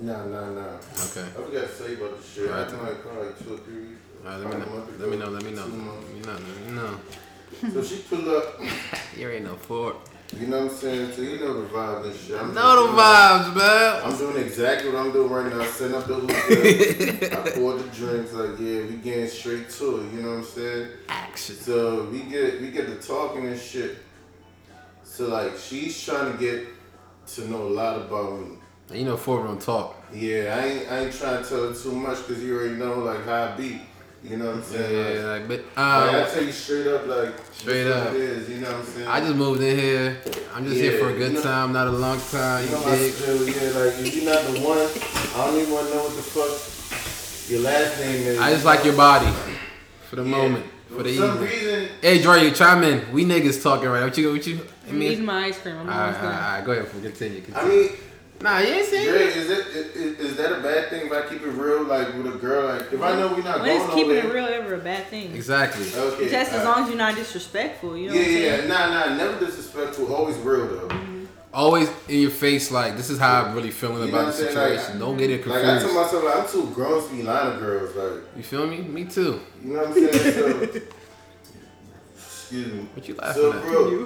[SPEAKER 3] Nah, nah, nah.
[SPEAKER 1] Okay.
[SPEAKER 3] I forgot to tell you about this shit. I
[SPEAKER 1] Alright.
[SPEAKER 3] think like probably like two or three.
[SPEAKER 1] All right, let me
[SPEAKER 3] probably a
[SPEAKER 1] know.
[SPEAKER 3] month
[SPEAKER 1] Let me
[SPEAKER 3] ago,
[SPEAKER 1] know. Let me know.
[SPEAKER 3] two months.
[SPEAKER 1] Let me know. Let me know.
[SPEAKER 3] So she pulled up.
[SPEAKER 1] You ain't no four.
[SPEAKER 3] You know what I'm saying? So you know the vibe and shit. I'm
[SPEAKER 1] Know the
[SPEAKER 3] doing-
[SPEAKER 1] vibes, man.
[SPEAKER 3] I'm doing exactly what I'm doing right now. Setting up the hookah. I poured the drinks. Like yeah, we getting straight to it. You know what I'm saying?
[SPEAKER 1] Action.
[SPEAKER 3] So we get we get to talking and shit. So like she's trying to get to know a lot about me.
[SPEAKER 1] You know four don't talk.
[SPEAKER 3] Yeah, I ain't I ain't trying to tell her too much because you already know like how I be. You know what I'm
[SPEAKER 1] Yeah,
[SPEAKER 3] saying?
[SPEAKER 1] yeah, like, but
[SPEAKER 3] Like, like, I
[SPEAKER 1] um,
[SPEAKER 3] tell you straight up like
[SPEAKER 1] Straight
[SPEAKER 3] this is what
[SPEAKER 1] up.
[SPEAKER 3] it is. You know what I'm saying?
[SPEAKER 1] I just moved in here. I'm just here for a good time, not a long time.
[SPEAKER 3] you
[SPEAKER 1] You
[SPEAKER 3] know how I
[SPEAKER 1] dig?
[SPEAKER 3] feel. Yeah, like if you're not the one, I don't even want to know what the fuck your last name is.
[SPEAKER 1] I just like your body for the
[SPEAKER 3] Yeah.
[SPEAKER 1] moment, for the
[SPEAKER 3] some
[SPEAKER 1] evening.
[SPEAKER 3] reason.
[SPEAKER 1] Hey, Dre, chime in. We niggas talking right. What you? What you? I
[SPEAKER 2] I'm eating
[SPEAKER 1] mean,
[SPEAKER 2] my ice cream. I'm
[SPEAKER 1] all
[SPEAKER 2] almost
[SPEAKER 1] right, all right, all
[SPEAKER 2] done.
[SPEAKER 1] right. Go ahead, fool. continue.
[SPEAKER 3] I
[SPEAKER 1] continue.
[SPEAKER 3] mean.
[SPEAKER 1] Nah, you ain't
[SPEAKER 3] Dre,
[SPEAKER 1] saying.
[SPEAKER 3] is it is, is that a bad thing if I keep it real like with a girl? Like if I know we're not
[SPEAKER 2] When
[SPEAKER 3] going
[SPEAKER 2] is keeping it
[SPEAKER 3] nowhere-
[SPEAKER 2] real ever a bad thing?
[SPEAKER 1] Exactly.
[SPEAKER 3] Okay.
[SPEAKER 2] Just as
[SPEAKER 3] alright.
[SPEAKER 2] long as you're not disrespectful, you know what I'm
[SPEAKER 3] yeah,
[SPEAKER 2] saying? Mm-hmm.
[SPEAKER 3] yeah, nah, nah, never disrespectful, always real though.
[SPEAKER 1] Always in your face, like this is how I'm really feeling
[SPEAKER 3] You know
[SPEAKER 1] about
[SPEAKER 3] what
[SPEAKER 1] the
[SPEAKER 3] I'm saying?
[SPEAKER 1] situation.
[SPEAKER 3] Like,
[SPEAKER 1] Don't get it
[SPEAKER 3] Like I
[SPEAKER 1] confused.
[SPEAKER 3] tell myself, like, I'm too grown to be lying to girls, like
[SPEAKER 1] you feel me? Me too.
[SPEAKER 3] you know what I'm saying. So, excuse me.
[SPEAKER 1] What you laughing
[SPEAKER 3] so,
[SPEAKER 1] at?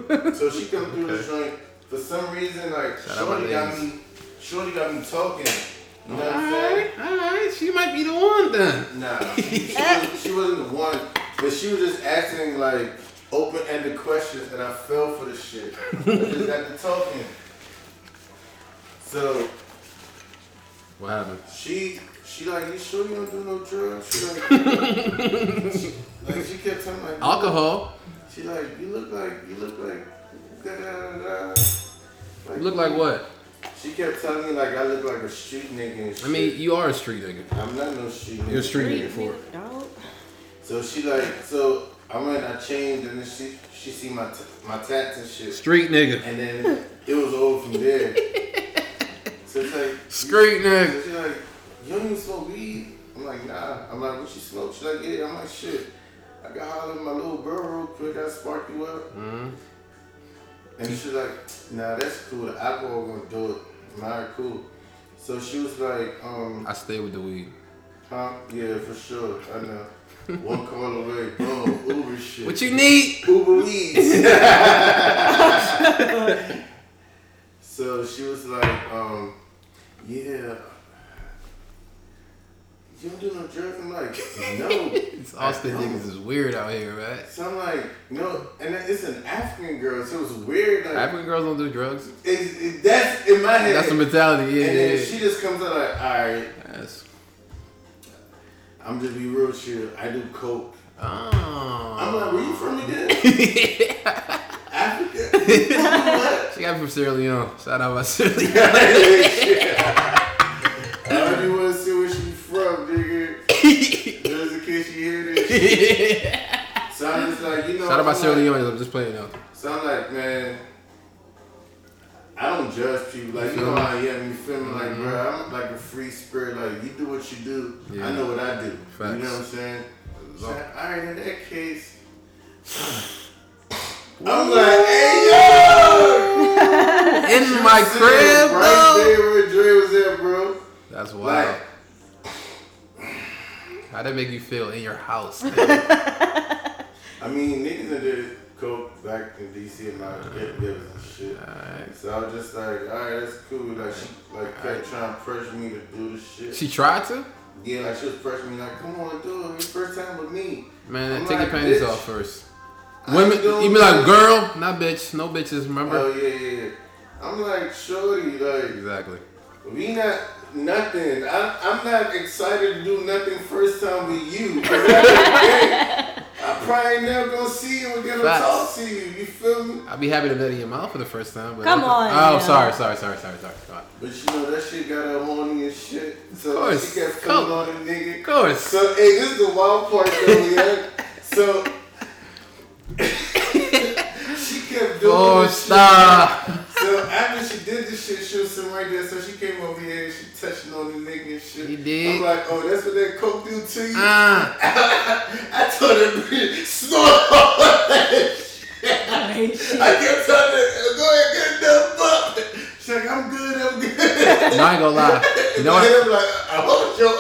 [SPEAKER 3] bro, so she come through the joint. For some reason, like
[SPEAKER 1] Shout out my
[SPEAKER 3] Shorty got
[SPEAKER 1] ladies.
[SPEAKER 3] me, Shorty got me talking. You know what I'm saying?
[SPEAKER 1] Alright, alright, she might be the one then.
[SPEAKER 3] Nah, she, she, wasn't, she wasn't the one, but she was just asking like open-ended questions, and I fell for the shit. I just got to talking. So
[SPEAKER 1] What happened?
[SPEAKER 3] she, she like, you sure you don't do no drugs? She like, like she kept telling me, like,
[SPEAKER 1] Alcohol.
[SPEAKER 3] She like, you look like, you look like, da da da. da."
[SPEAKER 1] You look like what?
[SPEAKER 3] She kept telling me like I look like a street nigga. And shit.
[SPEAKER 1] I mean, you are a street nigga.
[SPEAKER 3] I'm not no street nigga.
[SPEAKER 1] You're a street
[SPEAKER 2] Three,
[SPEAKER 1] nigga for it.
[SPEAKER 2] dog.
[SPEAKER 3] So she like, so I went, I changed, and then she she see my t- my tats and shit,
[SPEAKER 1] Street nigga.
[SPEAKER 3] and then it was over from there. so it's like,
[SPEAKER 1] Street nigga.
[SPEAKER 3] so she like, you don't even smoke weed. I'm like, nah. I'm like, what you smoke? She like, yeah. I'm like, shit. I got holler at my little girl real quick. I spark you up,
[SPEAKER 1] Mhm.
[SPEAKER 3] and she like, nah, that's cool. The alcohol gonna do it. Mine cool. So she was like, um,
[SPEAKER 1] I stay with the weed.
[SPEAKER 3] huh? Yeah, for sure. I know. One call away, boom, Uber shit.
[SPEAKER 1] What you need?
[SPEAKER 3] Uber Eats. so she was like, um, yeah. You don't do no drugs? I'm like, no.
[SPEAKER 1] These Austin niggas is weird out here, right?
[SPEAKER 3] So I'm like, no. And then it's an African girl, so it was weird. Like,
[SPEAKER 1] African girls don't do drugs.
[SPEAKER 3] it, it, that's in my head.
[SPEAKER 1] That's the mentality. Yeah,
[SPEAKER 3] and
[SPEAKER 1] yeah,
[SPEAKER 3] then
[SPEAKER 1] yeah.
[SPEAKER 3] she just comes out like, all right,
[SPEAKER 1] That's,
[SPEAKER 3] I'm just be real with you. I do coke. I'm
[SPEAKER 1] oh.
[SPEAKER 3] like, where you from again? Africa?
[SPEAKER 1] She got me from Sierra Leone. Shout out my Sierra Leone.
[SPEAKER 3] I don't even want to see where she from, nigga. Just in case you hear this. So I'm just like, you know.
[SPEAKER 1] Shout out my
[SPEAKER 3] I'm
[SPEAKER 1] Sierra
[SPEAKER 3] like-
[SPEAKER 1] Leone. I'm just playing though.
[SPEAKER 3] So I'm like, man, I don't judge people. Like, you know how I am. You feel me?
[SPEAKER 1] Mm-hmm.
[SPEAKER 3] Like, bro, I'm like a free spirit. Like, you do what you do.
[SPEAKER 1] Yeah.
[SPEAKER 3] I know what I do. You
[SPEAKER 1] Facts.
[SPEAKER 3] know what I'm saying? So, all right, in that case. I'm like, hey, yo!
[SPEAKER 1] In my
[SPEAKER 3] Sitting
[SPEAKER 1] crib,
[SPEAKER 3] Right
[SPEAKER 1] bro.
[SPEAKER 3] there where Dre was at, bro.
[SPEAKER 1] That's wild.
[SPEAKER 3] Like,
[SPEAKER 1] How that make you feel in your house?
[SPEAKER 3] I mean, niggas that did coke back in DC and like get givers and shit.
[SPEAKER 1] Alright.
[SPEAKER 3] So I was just like, alright, that's cool. Like she like kept trying to pressure me to do this shit.
[SPEAKER 1] She tried to?
[SPEAKER 3] yeah, like she was pressuring me like, come on, do it. It's your first time with me.
[SPEAKER 1] Man,
[SPEAKER 3] I'm
[SPEAKER 1] take
[SPEAKER 3] like,
[SPEAKER 1] your panties
[SPEAKER 3] bitch.
[SPEAKER 1] off first.
[SPEAKER 3] I Oh,
[SPEAKER 1] Women,
[SPEAKER 3] ain't doing
[SPEAKER 1] you be like,
[SPEAKER 3] nothing.
[SPEAKER 1] girl, not bitch, no bitches, remember?
[SPEAKER 3] Oh yeah, yeah, yeah. I'm like, shorty, like
[SPEAKER 1] Exactly.
[SPEAKER 3] we not nothing. I, I'm not excited to do nothing first time with you. I probably never gonna see you again or
[SPEAKER 1] Facts.
[SPEAKER 3] talk to you. You feel me?
[SPEAKER 1] I'd be happy to nut in your mouth for the first time. But
[SPEAKER 2] Come on,
[SPEAKER 1] Oh,
[SPEAKER 2] yo.
[SPEAKER 1] sorry, sorry, sorry, sorry, sorry, sorry.
[SPEAKER 3] But you know that shit got her horny and shit. So
[SPEAKER 1] course.
[SPEAKER 3] she kept
[SPEAKER 1] Come-
[SPEAKER 3] coming on a nigga.
[SPEAKER 1] Of course.
[SPEAKER 3] So hey, this is the wild part though, yeah. So she kept doing
[SPEAKER 1] Oh,
[SPEAKER 3] this shit.
[SPEAKER 1] stop.
[SPEAKER 3] So after she did this shit, she was sitting right there. So she came over here and she touching on the nigga and shit.
[SPEAKER 1] You did?
[SPEAKER 3] I'm like, oh, that's what that coke do to you.
[SPEAKER 1] Ah,
[SPEAKER 3] I told her, snort all that shit. I kept telling her, go ahead, get another buck. She's like, I'm good, I'm good.
[SPEAKER 1] no, I ain't gonna lie. You know
[SPEAKER 3] and
[SPEAKER 1] what?
[SPEAKER 3] I'm like, I hope your OD.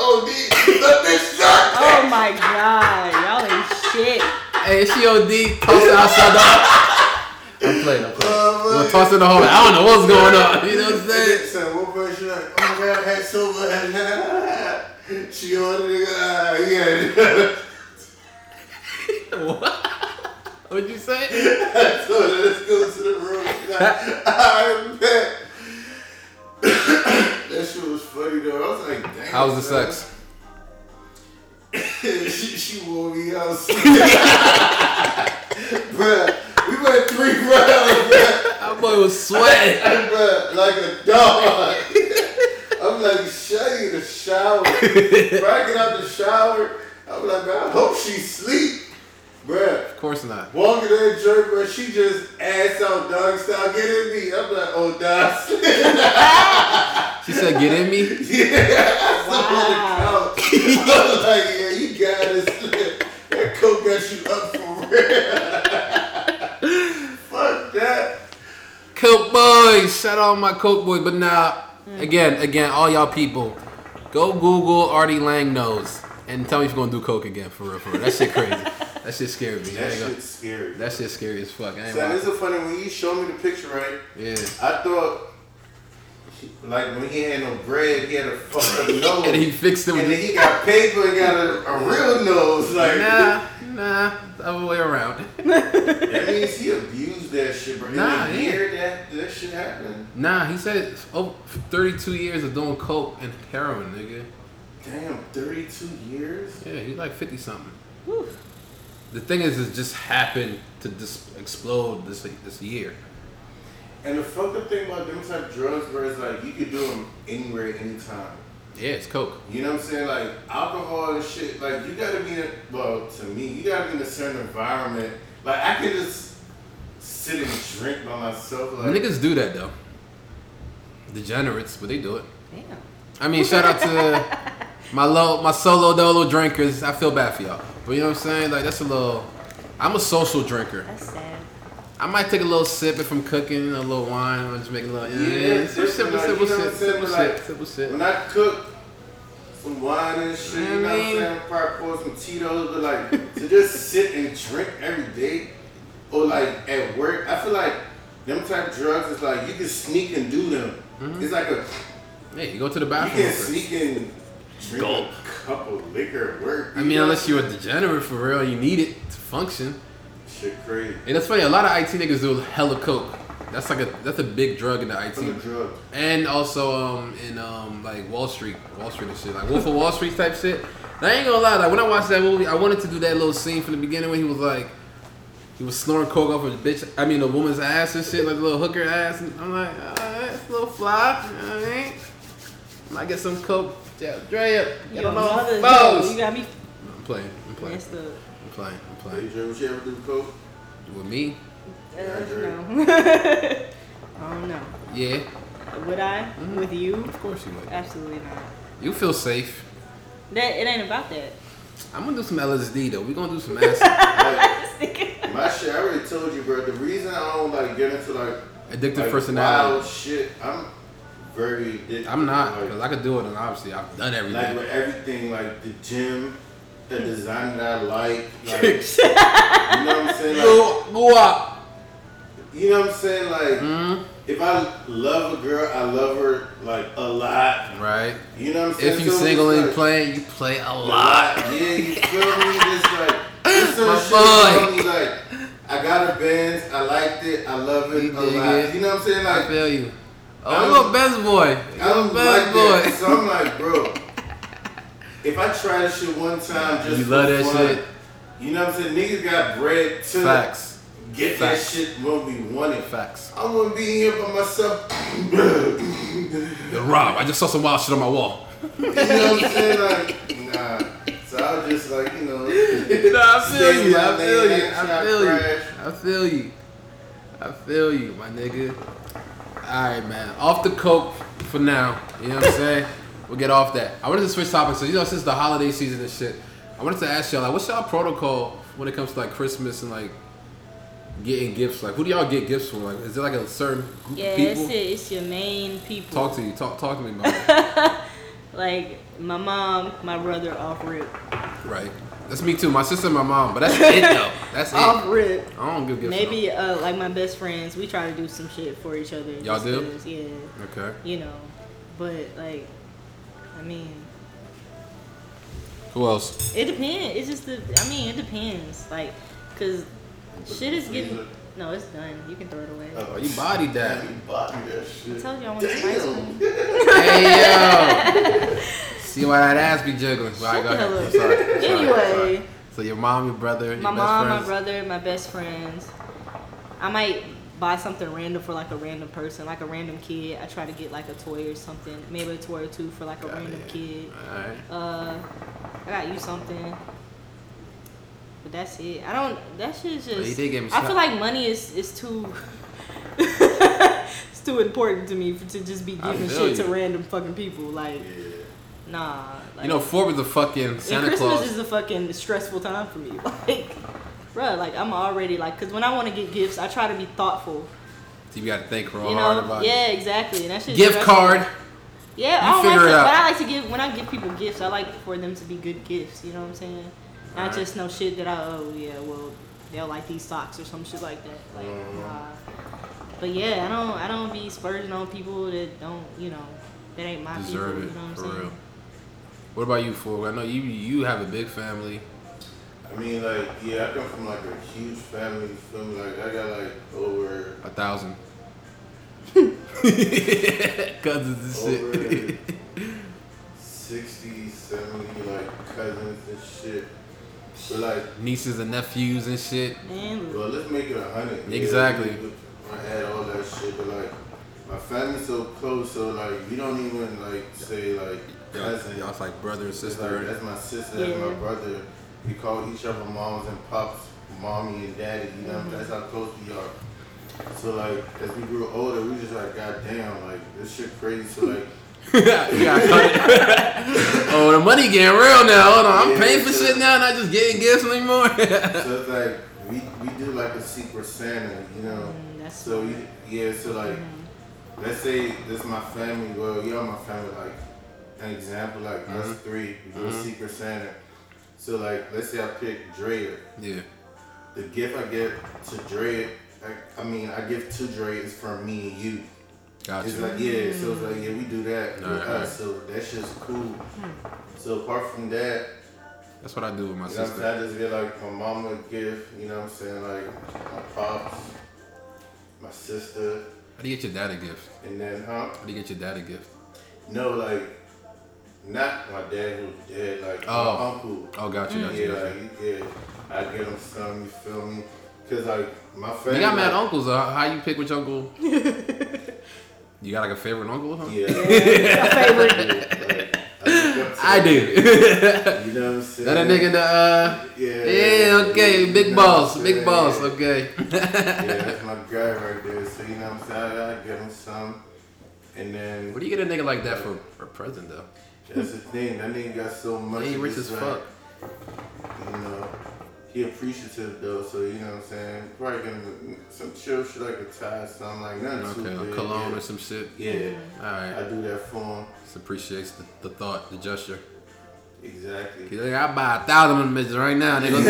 [SPEAKER 3] That bitch sucked.
[SPEAKER 2] Oh my god, y'all ain't shit.
[SPEAKER 1] Hey, if she OD, toss it outside the I'm playing, I'm playing.
[SPEAKER 3] Oh,
[SPEAKER 1] We'll
[SPEAKER 3] man.
[SPEAKER 1] toss it in the hallway. I don't know what's going on. You know what I'm saying?
[SPEAKER 3] So one person like, oh my god, I had so much. she on it, uh, yeah.
[SPEAKER 1] What'd you say?
[SPEAKER 3] I told her, let's go to the room. She's like, I'm back. that shit was funny though. I was like, damn.
[SPEAKER 1] How was the
[SPEAKER 3] son.
[SPEAKER 1] sex?
[SPEAKER 3] she, she wore me out. bruh, we went three rounds, bruh,
[SPEAKER 1] That boy was sweating.
[SPEAKER 3] bruh, like a dog. I'm like, shut you the shower. Bruh, I get out the shower. I'm like, bruh, I hope she sleep. Bruh,
[SPEAKER 1] Of course not.
[SPEAKER 3] walking that jerk, bruh, she just ass out dog style, get in me. I'm like, oh, dog sleep.
[SPEAKER 1] She said, get in me.
[SPEAKER 3] on the couch. I was like, yeah, you gotta slip. That coke got you up for real. Fuck that.
[SPEAKER 1] Coke boys. Shout out my Coke boy. But now,
[SPEAKER 3] Mm.
[SPEAKER 1] again, again, all y'all people, go Google Artie Lang nose and tell me if you're gonna do Coke again for real, for real. That shit crazy. that shit scared me. I
[SPEAKER 3] That
[SPEAKER 1] ain't gonna-
[SPEAKER 3] shit's scary.
[SPEAKER 1] That shit scary as fuck. I ain't
[SPEAKER 3] So this
[SPEAKER 1] lying.
[SPEAKER 3] is funny when you showed me the picture, right?
[SPEAKER 1] Yeah.
[SPEAKER 3] I thought, like when he had no bread, he had a fucking nose,
[SPEAKER 1] And he fixed it
[SPEAKER 3] And then
[SPEAKER 1] with
[SPEAKER 3] he got paper and got a, a real nose. Like
[SPEAKER 1] Nah, nah, the other way around.
[SPEAKER 3] that means he abused that shit, bro.
[SPEAKER 1] Nah,
[SPEAKER 3] Nah,
[SPEAKER 1] yeah.
[SPEAKER 3] year that that shit happened.
[SPEAKER 1] Nah, he said it's over 32 years of doing coke and heroin, nigga.
[SPEAKER 3] Damn, thirty-two years.
[SPEAKER 1] Yeah, he's like 50 something.
[SPEAKER 2] Whew.
[SPEAKER 1] The thing is, it just happened to just explode this this year.
[SPEAKER 3] And the fucked up thing about them type drugs, bro, is like you could do them anywhere, anytime.
[SPEAKER 1] Yeah, it's coke.
[SPEAKER 3] You know what I'm saying? Like alcohol and shit. Like you gotta be in. Well, to me, you gotta be in a certain environment. Like I can just sit and drink by myself. Like
[SPEAKER 1] Niggas do that though. Degenerates, but they do it.
[SPEAKER 2] Damn.
[SPEAKER 1] I mean, shout out to my low, my solo dolo drinkers. I feel bad for y'all, but you know what I'm saying? Like that's a little. I'm a social drinker.
[SPEAKER 2] That's sad.
[SPEAKER 1] I might take a little sip if I'm cooking, a little wine, or just make a little.
[SPEAKER 3] Yeah,
[SPEAKER 1] Yeah,
[SPEAKER 3] it's
[SPEAKER 1] sip, sip,
[SPEAKER 3] different,
[SPEAKER 1] sip,
[SPEAKER 3] like, you know what
[SPEAKER 1] sip,
[SPEAKER 3] I'm
[SPEAKER 1] sip,
[SPEAKER 3] saying,
[SPEAKER 1] sip,
[SPEAKER 3] like-
[SPEAKER 1] sip, sip.
[SPEAKER 3] when I cook some wine and shit, you know what I'm
[SPEAKER 1] Mm.
[SPEAKER 3] saying? Probably pour some Tito's, but like to just sit and drink every day, or like at work, I feel like them type of drugs is like you can sneak and do them.
[SPEAKER 1] Mm-hmm.
[SPEAKER 3] It's like a
[SPEAKER 1] Hey, you go to the
[SPEAKER 3] you
[SPEAKER 1] bathroom.
[SPEAKER 3] can
[SPEAKER 1] first.
[SPEAKER 3] sneak and drink
[SPEAKER 1] Gulp.
[SPEAKER 3] a cup of liquor at work.
[SPEAKER 1] I
[SPEAKER 3] you
[SPEAKER 1] mean,
[SPEAKER 3] know?
[SPEAKER 1] unless you're a degenerate for real, you need it to function.
[SPEAKER 3] shit crazy.
[SPEAKER 1] And that's funny. A lot of IT niggas do hella coke. That's like a that's a big drug in the IT.
[SPEAKER 3] It's a drug.
[SPEAKER 1] and also um in um like Wall Street, Wall Street and shit, like Wolf of Wall Street type shit. And I ain't gonna lie, like when I watched that movie, I wanted to do that little scene from the beginning where he was like, he was snoring coke off of the bitch, I mean a woman's ass and shit, like a little hooker ass. And I'm like, alright, it's a little fly, you know what I mean? Might get some coke, yeah, Dre up, get
[SPEAKER 2] Your
[SPEAKER 1] on all
[SPEAKER 2] mother,
[SPEAKER 1] foes.
[SPEAKER 2] you got me
[SPEAKER 1] I'm playing, I'm playing,
[SPEAKER 2] messed up.
[SPEAKER 1] I'm playing, I'm
[SPEAKER 3] Like, you
[SPEAKER 1] playing.
[SPEAKER 3] drink what you ever do, coke?
[SPEAKER 1] With me,
[SPEAKER 2] Uh,
[SPEAKER 3] I agree.
[SPEAKER 2] no. I don't know.
[SPEAKER 1] yeah,
[SPEAKER 2] Would I?
[SPEAKER 1] Mm-hmm.
[SPEAKER 2] With you?
[SPEAKER 1] of course you would.
[SPEAKER 2] Absolutely not.
[SPEAKER 1] You feel safe.
[SPEAKER 2] That it ain't about that.
[SPEAKER 1] I'm gonna do some LSD though. We gonna do some acid.
[SPEAKER 3] Like,
[SPEAKER 2] I was thinking-
[SPEAKER 3] my shit. I already told you, bro. The reason I don't like get into like
[SPEAKER 1] Addictive
[SPEAKER 3] like,
[SPEAKER 1] personality.
[SPEAKER 3] Wild shit. I'm very. addicted.
[SPEAKER 1] I'm not
[SPEAKER 3] Like,
[SPEAKER 1] because I could do it, and obviously I've done
[SPEAKER 3] like,
[SPEAKER 1] everything.
[SPEAKER 3] with everything, like the gym, the design that I like. like you know what I'm saying? Like,
[SPEAKER 1] Go, go up.
[SPEAKER 3] you know what I'm saying? Like,
[SPEAKER 1] Mm,
[SPEAKER 3] if I love a girl, I love her like a lot.
[SPEAKER 1] right.
[SPEAKER 3] You know what I'm saying?
[SPEAKER 1] If you
[SPEAKER 3] So it's
[SPEAKER 1] single and
[SPEAKER 3] like,
[SPEAKER 1] playing, you play a
[SPEAKER 3] a
[SPEAKER 1] lot.
[SPEAKER 3] lot. Yeah, you feel me? Just like this
[SPEAKER 1] My
[SPEAKER 3] certain shit
[SPEAKER 1] boy.
[SPEAKER 3] tell me like I got a Benz, I liked it, I love it
[SPEAKER 1] You
[SPEAKER 3] a
[SPEAKER 1] dig
[SPEAKER 3] lot.
[SPEAKER 1] it?
[SPEAKER 3] You know what I'm saying?
[SPEAKER 1] I
[SPEAKER 3] Like
[SPEAKER 1] feel you. Oh, you a best boy. You
[SPEAKER 3] I
[SPEAKER 1] a
[SPEAKER 3] don't
[SPEAKER 1] best
[SPEAKER 3] like that.
[SPEAKER 1] boy.
[SPEAKER 3] So I'm like, bro, if I try this shit one time, just
[SPEAKER 1] You love
[SPEAKER 3] for
[SPEAKER 1] that
[SPEAKER 3] fun,
[SPEAKER 1] shit.
[SPEAKER 3] You know what I'm saying? Niggas got bread to
[SPEAKER 1] Facts.
[SPEAKER 3] get
[SPEAKER 1] Facts.
[SPEAKER 3] that shit when we want it.
[SPEAKER 1] Facts.
[SPEAKER 3] I want to be here by myself. you
[SPEAKER 1] Yo, Rob, I just saw some wild shit on my wall.
[SPEAKER 3] know what I'm saying? Like, nah. So I was just like, you know,
[SPEAKER 1] No, I feel
[SPEAKER 3] Stay
[SPEAKER 1] you.
[SPEAKER 3] in
[SPEAKER 1] I
[SPEAKER 3] my
[SPEAKER 1] feel
[SPEAKER 3] lane,
[SPEAKER 1] you. I
[SPEAKER 3] shot
[SPEAKER 1] feel you.
[SPEAKER 3] crash.
[SPEAKER 1] I feel you. I feel you, my nigga. Alright, man. Off the coke for now. You know what I'm saying? We'll get off that. I wanted to switch topics. So, you know, since the holiday season and shit, I wanted to ask y'all, like, what's y'all protocol when it comes to, like, Christmas and, like, getting gifts? Like, who do y'all get gifts from? Like, is it, like, a certain group
[SPEAKER 2] Yeah,
[SPEAKER 1] of
[SPEAKER 2] it's,
[SPEAKER 1] people?
[SPEAKER 2] it. it's your main people.
[SPEAKER 1] Talk to you. Talk, talk to me about it.
[SPEAKER 2] Like my mom, my brother off rip.
[SPEAKER 1] Right. That's me, too. My sister and my mom. But that's it, though. That's it.
[SPEAKER 2] Off
[SPEAKER 1] I
[SPEAKER 2] rip.
[SPEAKER 1] don't give gifts.
[SPEAKER 2] Maybe uh, like my best friends, we try to do some shit for each other.
[SPEAKER 1] Y'all
[SPEAKER 2] just
[SPEAKER 1] do?
[SPEAKER 2] 'cause, Yeah,
[SPEAKER 1] though. Okay.
[SPEAKER 2] you know, but like, I mean,
[SPEAKER 1] Who else?
[SPEAKER 2] it depends. It's just the. I mean, it depends. Like, cause shit is getting. No, it's done. You can throw it away.
[SPEAKER 1] Oh, you bodied that.
[SPEAKER 3] you bought me that shit.
[SPEAKER 2] I told you I want spice
[SPEAKER 3] Damn.
[SPEAKER 2] one.
[SPEAKER 1] hey yo. See why that ass be jiggling. All right,
[SPEAKER 2] Shut
[SPEAKER 1] go ahead.
[SPEAKER 2] the hell
[SPEAKER 1] I'm
[SPEAKER 2] up.
[SPEAKER 1] sorry. I'm sorry.
[SPEAKER 2] Anyway,
[SPEAKER 1] So your mom, your brother, your
[SPEAKER 2] my
[SPEAKER 1] best
[SPEAKER 2] mom,
[SPEAKER 1] friends.
[SPEAKER 2] my brother, my best friends. I might buy something random for like a random person, like a random kid. I try to get like a toy or something, maybe a toy or two for like a
[SPEAKER 1] Got
[SPEAKER 2] random
[SPEAKER 1] it.
[SPEAKER 2] kid.
[SPEAKER 1] All right.
[SPEAKER 2] Uh, I got you something. But that's it. I don't. That shit is just.
[SPEAKER 1] you did give him
[SPEAKER 2] I feel
[SPEAKER 1] some-
[SPEAKER 2] like money is is too. it's too important to me for, to just be
[SPEAKER 1] I
[SPEAKER 2] giving
[SPEAKER 1] feel
[SPEAKER 2] shit to
[SPEAKER 1] you.
[SPEAKER 2] random fucking people. Like, nah. Like,
[SPEAKER 1] You know, Forbes the fucking
[SPEAKER 2] and
[SPEAKER 1] Santa
[SPEAKER 2] Christmas
[SPEAKER 1] Claus.
[SPEAKER 2] is a fucking stressful time for me. Like, bruh, like I'm already like, cause when I want to get gifts, I try to be thoughtful.
[SPEAKER 1] so you gotta think real
[SPEAKER 2] You
[SPEAKER 1] hard
[SPEAKER 2] know,
[SPEAKER 1] about
[SPEAKER 2] yeah, exactly. And that shit.
[SPEAKER 1] it. Gift card.
[SPEAKER 2] Yeah,
[SPEAKER 1] You
[SPEAKER 2] I don't
[SPEAKER 1] figure
[SPEAKER 2] like
[SPEAKER 1] it
[SPEAKER 2] to,
[SPEAKER 1] out.
[SPEAKER 2] but I like to give when I give people gifts. I like for them to be good gifts. You know what I'm saying? Not
[SPEAKER 1] Alright.
[SPEAKER 2] just no shit that I oh yeah well they'll like these socks or some shit like that. Like,
[SPEAKER 1] Mm-hmm.
[SPEAKER 2] nah. But yeah, I don't I don't be spurging on people that don't you know that ain't my
[SPEAKER 1] Deserve it
[SPEAKER 2] people. you know what I'm
[SPEAKER 1] for
[SPEAKER 2] saying?
[SPEAKER 1] real. What about you, Forbes? I know you you have a big family.
[SPEAKER 3] I mean, like, yeah, I come from like a huge family. You feel me? Like, I got like over
[SPEAKER 1] A thousand. Cousins and shit.
[SPEAKER 3] Over. 60, 70, like cousins and shit. But like,
[SPEAKER 1] Nieces and nephews and shit.
[SPEAKER 2] And
[SPEAKER 3] well, let's make it a hundred. Yeah,
[SPEAKER 1] Exactly.
[SPEAKER 3] we- I had all that shit, but like, my family's so close, so like, you don't even like say like
[SPEAKER 1] Y'all,
[SPEAKER 3] cousin.
[SPEAKER 1] y'all's like brother and
[SPEAKER 3] It's
[SPEAKER 1] sister.
[SPEAKER 3] like, that's my sister, that's my
[SPEAKER 2] Yeah.
[SPEAKER 3] brother. We call each other moms and pops, mommy and daddy. You know, that's how close we are. So like, as we grew older, we just like, goddamn, like this shit crazy. So like,
[SPEAKER 1] you gotta cut it. oh, the money getting real now. Hold on, I'm
[SPEAKER 3] Yeah,
[SPEAKER 1] paying for
[SPEAKER 3] it's
[SPEAKER 1] shit
[SPEAKER 3] a-
[SPEAKER 1] now, not just getting gifts anymore.
[SPEAKER 3] so it's like we we do like a secret Santa, you know.
[SPEAKER 2] Mm, that's
[SPEAKER 3] So we, yeah, so like, let's say this my family. Well, y'all my family. Like an example, like us three, we do a secret Santa. So like, let's say I pick Drea.
[SPEAKER 1] yeah,
[SPEAKER 3] The gift I give to Dre, I, I mean, I give to Dre is from me and you.
[SPEAKER 1] gotcha.
[SPEAKER 3] It's like, yeah, so it's like, yeah, we do that with
[SPEAKER 1] Alright.
[SPEAKER 3] us. So that shit's cool. So apart from that,
[SPEAKER 1] That's what I do with my
[SPEAKER 3] you know what I'm
[SPEAKER 1] sister.
[SPEAKER 3] saying? I just get like my mama a gift, you know what I'm saying? Like my pops, my sister,
[SPEAKER 1] How do you get your dad a gift?
[SPEAKER 3] and then, huh?
[SPEAKER 1] How do you get your dad a gift?
[SPEAKER 3] No, like, not my dad who's dead, like my
[SPEAKER 1] Oh.
[SPEAKER 3] uncle.
[SPEAKER 1] Oh, gotcha, gotcha.
[SPEAKER 3] Yeah,
[SPEAKER 1] gotcha.
[SPEAKER 3] like, yeah. I get him some, you feel me? Because, like, my family.
[SPEAKER 1] You got mad
[SPEAKER 3] like,
[SPEAKER 1] uncles. Uh, how you pick which uncle? you got like a favorite uncle? Or something?
[SPEAKER 3] Yeah.
[SPEAKER 2] favorite.
[SPEAKER 3] Like, I
[SPEAKER 1] I do.
[SPEAKER 3] You know what I'm saying?
[SPEAKER 1] that a nigga the uh,
[SPEAKER 3] Yeah.
[SPEAKER 1] yeah, okay, big
[SPEAKER 3] You know what
[SPEAKER 1] boss,
[SPEAKER 3] I'm
[SPEAKER 1] big
[SPEAKER 3] saying?
[SPEAKER 1] boss, okay.
[SPEAKER 3] Yeah, that's my guy right there. So you know what I'm saying? I, I get him some, and then
[SPEAKER 1] What do you get a nigga like that for for a present though?
[SPEAKER 3] that's the thing. That nigga got so much.
[SPEAKER 1] He
[SPEAKER 3] of
[SPEAKER 1] rich as
[SPEAKER 3] this,
[SPEAKER 1] fuck.
[SPEAKER 3] like, You know, he appreciative though. So you know what I'm saying? Probably give him some chill shit like a tie, or something like nothing
[SPEAKER 1] Okay,
[SPEAKER 3] too
[SPEAKER 1] a
[SPEAKER 3] big.
[SPEAKER 1] cologne or some shit.
[SPEAKER 3] yeah. yeah,
[SPEAKER 1] All right.
[SPEAKER 3] I do that for him.
[SPEAKER 1] Just appreciates the, the thought, the gesture.
[SPEAKER 3] Exactly.
[SPEAKER 1] He's like, I buy a thousand of them bitches right now. Nigga.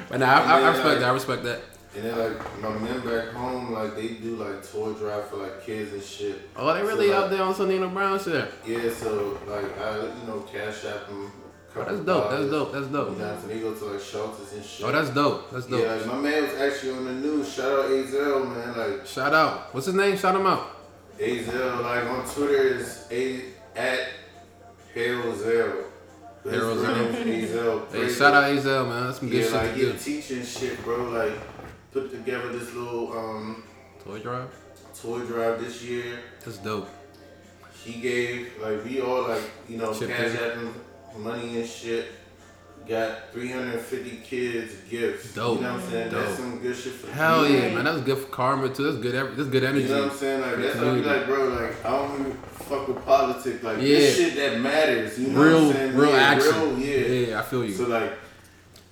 [SPEAKER 1] but nah, I, I, I respect that. I respect that.
[SPEAKER 3] And then like my men back home, like they do like toy drive for like kids and shit.
[SPEAKER 1] Oh, they
[SPEAKER 3] So,
[SPEAKER 1] really
[SPEAKER 3] like,
[SPEAKER 1] out there on some Nino Brown shit.
[SPEAKER 3] Yeah, so like I, you know, cash app them a
[SPEAKER 1] Oh, that's dope. That's dope. That's
[SPEAKER 3] Go
[SPEAKER 1] dope.
[SPEAKER 3] down to they go to like shelters and shit.
[SPEAKER 1] Oh, that's dope. That's dope.
[SPEAKER 3] yeah. Like my man was actually on the news. Shout out Azel, man. Like
[SPEAKER 1] Shout out. What's his name? Shout him out.
[SPEAKER 3] Azel, like on Twitter is a at Harold Zell.
[SPEAKER 1] Harold Zell.
[SPEAKER 3] Azel.
[SPEAKER 1] Hey, shout out Azel, man. That's some good
[SPEAKER 3] Yeah,
[SPEAKER 1] shit
[SPEAKER 3] like
[SPEAKER 1] to
[SPEAKER 3] yeah,
[SPEAKER 1] do.
[SPEAKER 3] teaching shit, bro. Like put together this little um
[SPEAKER 1] Toy drive.
[SPEAKER 3] toy drive this year.
[SPEAKER 1] That's dope.
[SPEAKER 3] He gave like we all like you know
[SPEAKER 1] Chip
[SPEAKER 3] cash
[SPEAKER 1] in.
[SPEAKER 3] app him money and shit. Got 350 kids gifts.
[SPEAKER 1] Dope.
[SPEAKER 3] You know what I'm saying? That's
[SPEAKER 1] Dope.
[SPEAKER 3] some good shit for the
[SPEAKER 1] Hell
[SPEAKER 3] community.
[SPEAKER 1] yeah, man. That's good for karma too. That's good. ev- That's good
[SPEAKER 3] You
[SPEAKER 1] energy.
[SPEAKER 3] know what I'm saying? Like that's why we
[SPEAKER 1] Community.
[SPEAKER 3] like, bro. Like I don't even fuck with politics. Like this
[SPEAKER 1] Yeah.
[SPEAKER 3] shit that matters. You know
[SPEAKER 1] Real,
[SPEAKER 3] what I'm saying?
[SPEAKER 1] real
[SPEAKER 3] yeah,
[SPEAKER 1] action.
[SPEAKER 3] Real, yeah.
[SPEAKER 1] yeah. I feel you.
[SPEAKER 3] So like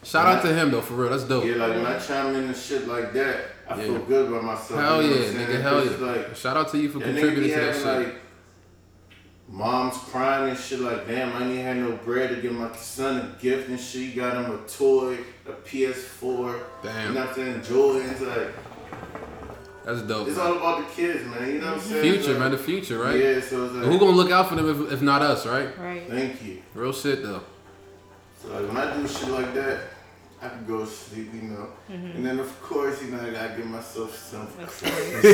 [SPEAKER 1] Shout out to him though, for real. That's dope.
[SPEAKER 3] yeah, like when I chime in and shit like that, I
[SPEAKER 1] Yeah.
[SPEAKER 3] feel good about myself.
[SPEAKER 1] Hell
[SPEAKER 3] you know
[SPEAKER 1] yeah,
[SPEAKER 3] what I'm saying?
[SPEAKER 1] nigga. Hell
[SPEAKER 3] 'Cause,
[SPEAKER 1] yeah.
[SPEAKER 3] Like
[SPEAKER 1] Shout out to you for
[SPEAKER 3] That nigga be
[SPEAKER 1] contributing to that
[SPEAKER 3] having
[SPEAKER 1] shit.
[SPEAKER 3] like moms crying and shit like damn I ain't had no bread to give my son a gift and shit. He got him a toy, a PS4,
[SPEAKER 1] Damn.
[SPEAKER 3] you know what I'm saying? Jordans, like
[SPEAKER 1] That's dope.
[SPEAKER 3] it's all about the kids, man. You know what I'm saying?
[SPEAKER 1] Future,
[SPEAKER 3] Like,
[SPEAKER 1] man. The future, right?
[SPEAKER 3] Yeah, so it's like
[SPEAKER 1] Who gonna look out for them if, if not us, right?
[SPEAKER 2] Right.
[SPEAKER 3] thank you.
[SPEAKER 1] Real shit though.
[SPEAKER 3] So like when I do shit like that, I can go to sleep, you know. And then of course, you know, I gotta give myself some
[SPEAKER 2] Makes sense.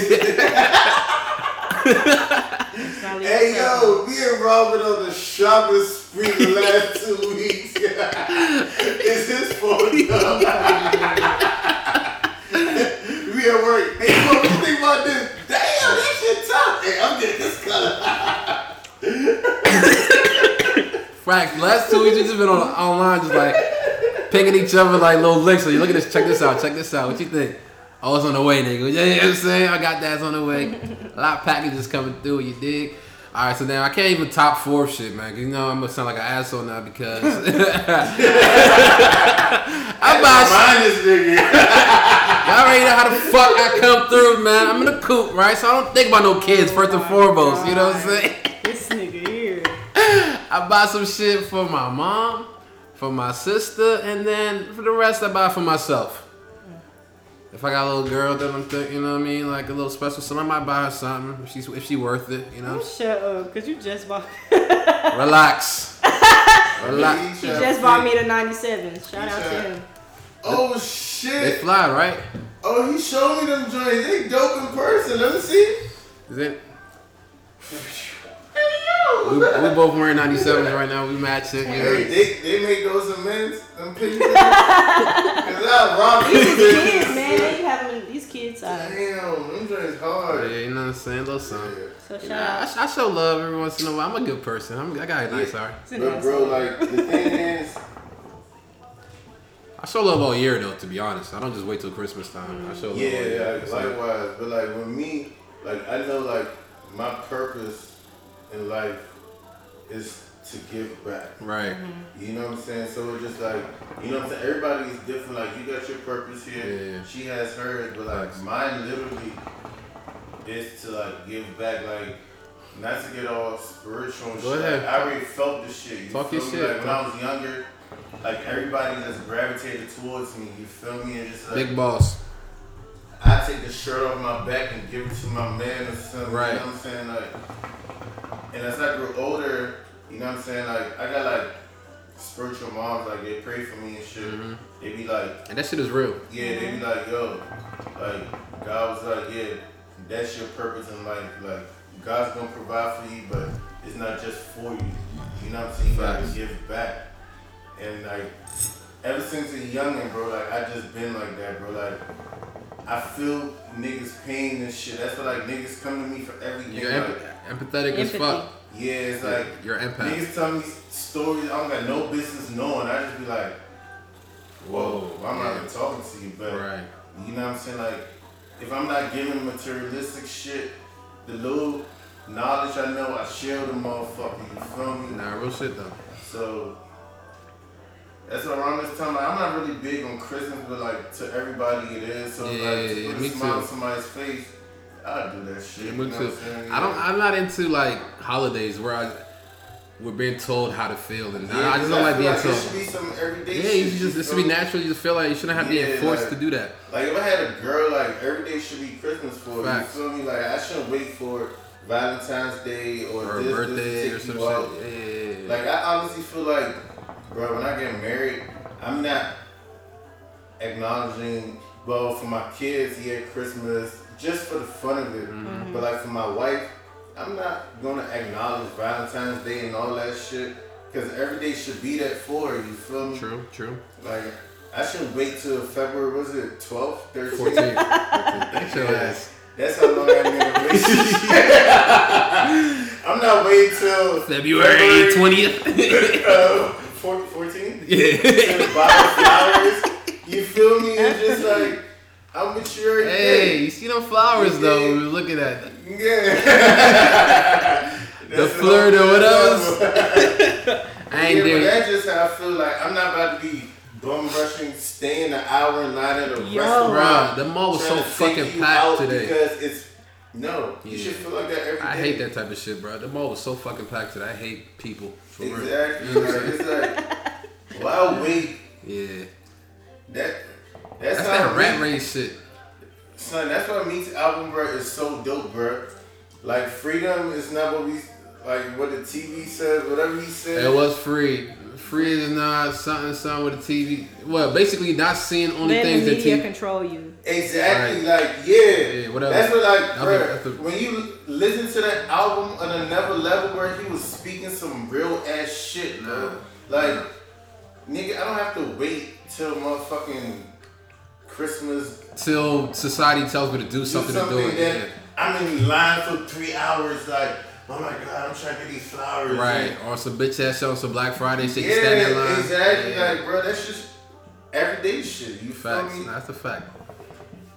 [SPEAKER 2] It's not leaving
[SPEAKER 3] Hey
[SPEAKER 2] yourself.
[SPEAKER 3] yo, me and Robert on the shopping spree the last two weeks. it's his fault. yo. we at work. Hey, what do you think about this? Damn, that shit tough. Hey, I'm getting this
[SPEAKER 2] Uh,
[SPEAKER 3] color.
[SPEAKER 1] Facts. Last two weeks we just been on online, just like picking each other like little licks. Like, look at this. Check this out. Check this out. What you think? Oh, it's on the way, nigga. Yeah, you know what I'm saying? I got that's on the way. A lot of packages coming through. You dig? All right, so now I can't even top four shit, man. 'cause you know I'm gonna sound like an asshole now because I buy shit.
[SPEAKER 3] Mine is nigga.
[SPEAKER 1] Y'all already know how the fuck I come through, man. I'm in a coop, right? So I don't think about no kids first and
[SPEAKER 2] Oh my
[SPEAKER 1] foremost. You know what I'm
[SPEAKER 2] God.
[SPEAKER 1] saying?
[SPEAKER 2] This nigga here.
[SPEAKER 1] I buy some shit for my mom, for my sister, and then for the rest I buy for myself. If I got a little girl that I'm, th- you know what I mean, like a little special, so I might buy her something if she's if she worth it, you know.
[SPEAKER 2] Oh, shut up, cause you just bought
[SPEAKER 1] Relax, relax.
[SPEAKER 2] you just bought me the '97. Shout out to him.
[SPEAKER 3] Oh
[SPEAKER 1] They
[SPEAKER 3] shit.
[SPEAKER 1] fly, right?
[SPEAKER 3] Oh, he showed me them joints. They dope in person. Let me see.
[SPEAKER 1] Is it? We,
[SPEAKER 3] Hey
[SPEAKER 1] we
[SPEAKER 3] yo.
[SPEAKER 1] both wearing 97s right now. We match it.
[SPEAKER 3] Hey,
[SPEAKER 1] You know?
[SPEAKER 3] they, they make those amends, them pictures. Cause I rock these
[SPEAKER 2] Kids,
[SPEAKER 3] bitches.
[SPEAKER 2] man, they having these kids. Uh,
[SPEAKER 3] Damn, them joints
[SPEAKER 1] Yeah,
[SPEAKER 3] hard.
[SPEAKER 1] you know what I'm saying? Little something.
[SPEAKER 2] so shout
[SPEAKER 1] Nah, I,
[SPEAKER 2] out.
[SPEAKER 1] sh- I show love every once in a while. I'm a good person. I'm, I got a nice heart.
[SPEAKER 2] It's an
[SPEAKER 3] But bro,
[SPEAKER 2] asshole.
[SPEAKER 3] like the thing is,
[SPEAKER 1] I show love all year though, to be honest. I don't just wait till Christmas time. I show love all
[SPEAKER 3] yeah,
[SPEAKER 1] year.
[SPEAKER 3] like,
[SPEAKER 1] It's like-
[SPEAKER 3] likewise. But like with me, like I know like my purpose in life is to give back.
[SPEAKER 1] right.
[SPEAKER 3] You know what I'm saying? So it's just like, you know what I'm saying? Everybody's different. Like, you got your purpose here.
[SPEAKER 1] Yeah.
[SPEAKER 3] She has hers, but like,
[SPEAKER 1] Facts.
[SPEAKER 3] mine literally is to like give back. Like, not to get all spiritual and
[SPEAKER 1] Go
[SPEAKER 3] shit.
[SPEAKER 1] ahead.
[SPEAKER 3] Like, I already felt this shit. You
[SPEAKER 1] Talk
[SPEAKER 3] feel
[SPEAKER 1] your
[SPEAKER 3] me?
[SPEAKER 1] shit,
[SPEAKER 3] Like, when I was younger, like, everybody just gravitated towards me. You feel me? And just like,
[SPEAKER 1] Big boss.
[SPEAKER 3] I take the shirt off my back and give it to my man or something.
[SPEAKER 1] Right.
[SPEAKER 3] You know what I'm saying? Like, and as I grew older, you know what I'm saying? Like, I got like spiritual moms, like they pray for me and shit. They be like,
[SPEAKER 1] And that shit is real.
[SPEAKER 3] yeah, they be like, yo, like God was like, yeah, that's your purpose in life. Like God's gonna provide for you, but it's not just for you. You know what I'm saying? You gotta
[SPEAKER 1] Facts.
[SPEAKER 3] give back. And like ever since a youngin', bro, like I just been like that, bro. Like I feel niggas pain and shit. That's why like niggas come to me for everything.
[SPEAKER 1] You're
[SPEAKER 3] like,
[SPEAKER 1] empath- empathetic as
[SPEAKER 2] Empathy.
[SPEAKER 1] fuck.
[SPEAKER 3] yeah, it's like
[SPEAKER 1] You're empath.
[SPEAKER 3] niggas tell me stories I don't got no business knowing. I just be like, whoa, I'm not even
[SPEAKER 1] yeah.
[SPEAKER 3] talking to you, but
[SPEAKER 1] Right.
[SPEAKER 3] you know what I'm saying? Like, if I'm not giving materialistic shit, the little knowledge I know, I share with the motherfucker. You feel me?
[SPEAKER 1] Nah, real shit though.
[SPEAKER 3] So that's around this time. Like, I'm not really big on Christmas, but like to everybody it is. So
[SPEAKER 1] Yeah,
[SPEAKER 3] like
[SPEAKER 1] yeah,
[SPEAKER 3] to put
[SPEAKER 1] me
[SPEAKER 3] a smile
[SPEAKER 1] too.
[SPEAKER 3] on somebody's face, I do that shit.
[SPEAKER 1] Yeah,
[SPEAKER 3] you
[SPEAKER 1] me
[SPEAKER 3] know
[SPEAKER 1] too.
[SPEAKER 3] What I'm saying?
[SPEAKER 1] I don't.
[SPEAKER 3] Yeah.
[SPEAKER 1] I'm not into like holidays where I we're being told how to feel, and
[SPEAKER 3] Yeah,
[SPEAKER 1] I just
[SPEAKER 3] 'cause
[SPEAKER 1] don't like
[SPEAKER 3] feel
[SPEAKER 1] being
[SPEAKER 3] It should
[SPEAKER 1] told.
[SPEAKER 3] be some everyday
[SPEAKER 1] Yeah,
[SPEAKER 3] shit.
[SPEAKER 1] you should just. This should
[SPEAKER 3] feel
[SPEAKER 1] be
[SPEAKER 3] me?
[SPEAKER 1] natural. You feel like you shouldn't have to
[SPEAKER 3] Yeah,
[SPEAKER 1] be forced
[SPEAKER 3] like-
[SPEAKER 1] to do that.
[SPEAKER 3] Like if I had a girl, like every day should be Christmas for her, you.
[SPEAKER 1] Facts.
[SPEAKER 3] Feel me? Like I shouldn't wait for Valentine's Day or,
[SPEAKER 1] Or a
[SPEAKER 3] this,
[SPEAKER 1] birthday
[SPEAKER 3] this to
[SPEAKER 1] or
[SPEAKER 3] take
[SPEAKER 1] some
[SPEAKER 3] you
[SPEAKER 1] shit.
[SPEAKER 3] out.
[SPEAKER 1] Yeah, yeah, yeah, yeah.
[SPEAKER 3] Like I honestly feel like bro, when I get married, I'm not acknowledging, well, for my kids, yeah, Christmas, just for the fun of it.
[SPEAKER 1] Mm-hmm.
[SPEAKER 3] But like for my wife, I'm not gonna acknowledge Valentine's Day and all that shit, because every day should be that for her, you feel me?
[SPEAKER 1] True, true.
[SPEAKER 3] Like, I shouldn't wait till February, was it 12th, 13th?
[SPEAKER 1] 14. your
[SPEAKER 3] Yes.
[SPEAKER 1] ass.
[SPEAKER 3] That's how long I've been in a relationship. I'm not waiting till
[SPEAKER 1] February 20th.
[SPEAKER 3] uh, four- 14?
[SPEAKER 1] yeah.
[SPEAKER 3] To buy flowers. You feel me? It's just like, I'm mature.
[SPEAKER 1] Hey, you see them flowers though. We were looking at them.
[SPEAKER 3] Yeah.
[SPEAKER 1] The flirt or what else? I
[SPEAKER 3] Yeah,
[SPEAKER 1] ain't
[SPEAKER 3] but
[SPEAKER 1] there.
[SPEAKER 3] that's just how I feel like. I'm not about to be bum rushing, staying an hour in line at a
[SPEAKER 2] Yo.
[SPEAKER 1] Bruh,
[SPEAKER 3] restaurant.
[SPEAKER 1] the mall was so
[SPEAKER 3] trying to take
[SPEAKER 1] fucking
[SPEAKER 3] you out
[SPEAKER 1] packed today.
[SPEAKER 3] Because it's, no, you
[SPEAKER 1] Yeah.
[SPEAKER 3] should feel like that every day.
[SPEAKER 1] I hate that type of shit, bro. The mall was so fucking packed today. I hate people. For real.
[SPEAKER 3] Exactly. Like, it's like, why wait?
[SPEAKER 1] Yeah.
[SPEAKER 3] That that's,
[SPEAKER 1] That's
[SPEAKER 3] how
[SPEAKER 1] that rat
[SPEAKER 3] Meek-
[SPEAKER 1] race shit.
[SPEAKER 3] Son, that's why Meek's album, bro, is so dope, bro. Like freedom is not what we like. What the TV says, whatever he said.
[SPEAKER 1] It was free. Free is not something, something with the TV. Well, basically not seeing only
[SPEAKER 2] Let
[SPEAKER 1] things
[SPEAKER 2] the
[SPEAKER 1] that
[SPEAKER 2] media
[SPEAKER 1] TV.
[SPEAKER 2] control you.
[SPEAKER 3] Exactly. Like yeah.
[SPEAKER 1] Yeah, whatever.
[SPEAKER 3] That's what like,
[SPEAKER 1] That's
[SPEAKER 3] bro.
[SPEAKER 1] a- that's a-
[SPEAKER 3] when you listen to that album on another level, where he was speaking some real ass shit, bro. Like, nigga, I don't have to wait till motherfucking Christmas
[SPEAKER 1] Till society tells me to do something, to do it.
[SPEAKER 3] that I'm in line for three hours, like, oh my god, I'm trying to get these flowers.
[SPEAKER 1] yeah. Right. Or some bitch ass shit on some Black Friday shit.
[SPEAKER 3] Yeah,
[SPEAKER 1] you stand in line.
[SPEAKER 3] exactly.
[SPEAKER 1] Yeah.
[SPEAKER 3] Like, bro, that's just everyday shit. You
[SPEAKER 1] Facts.
[SPEAKER 3] feel me?
[SPEAKER 1] Nah, That's a fact.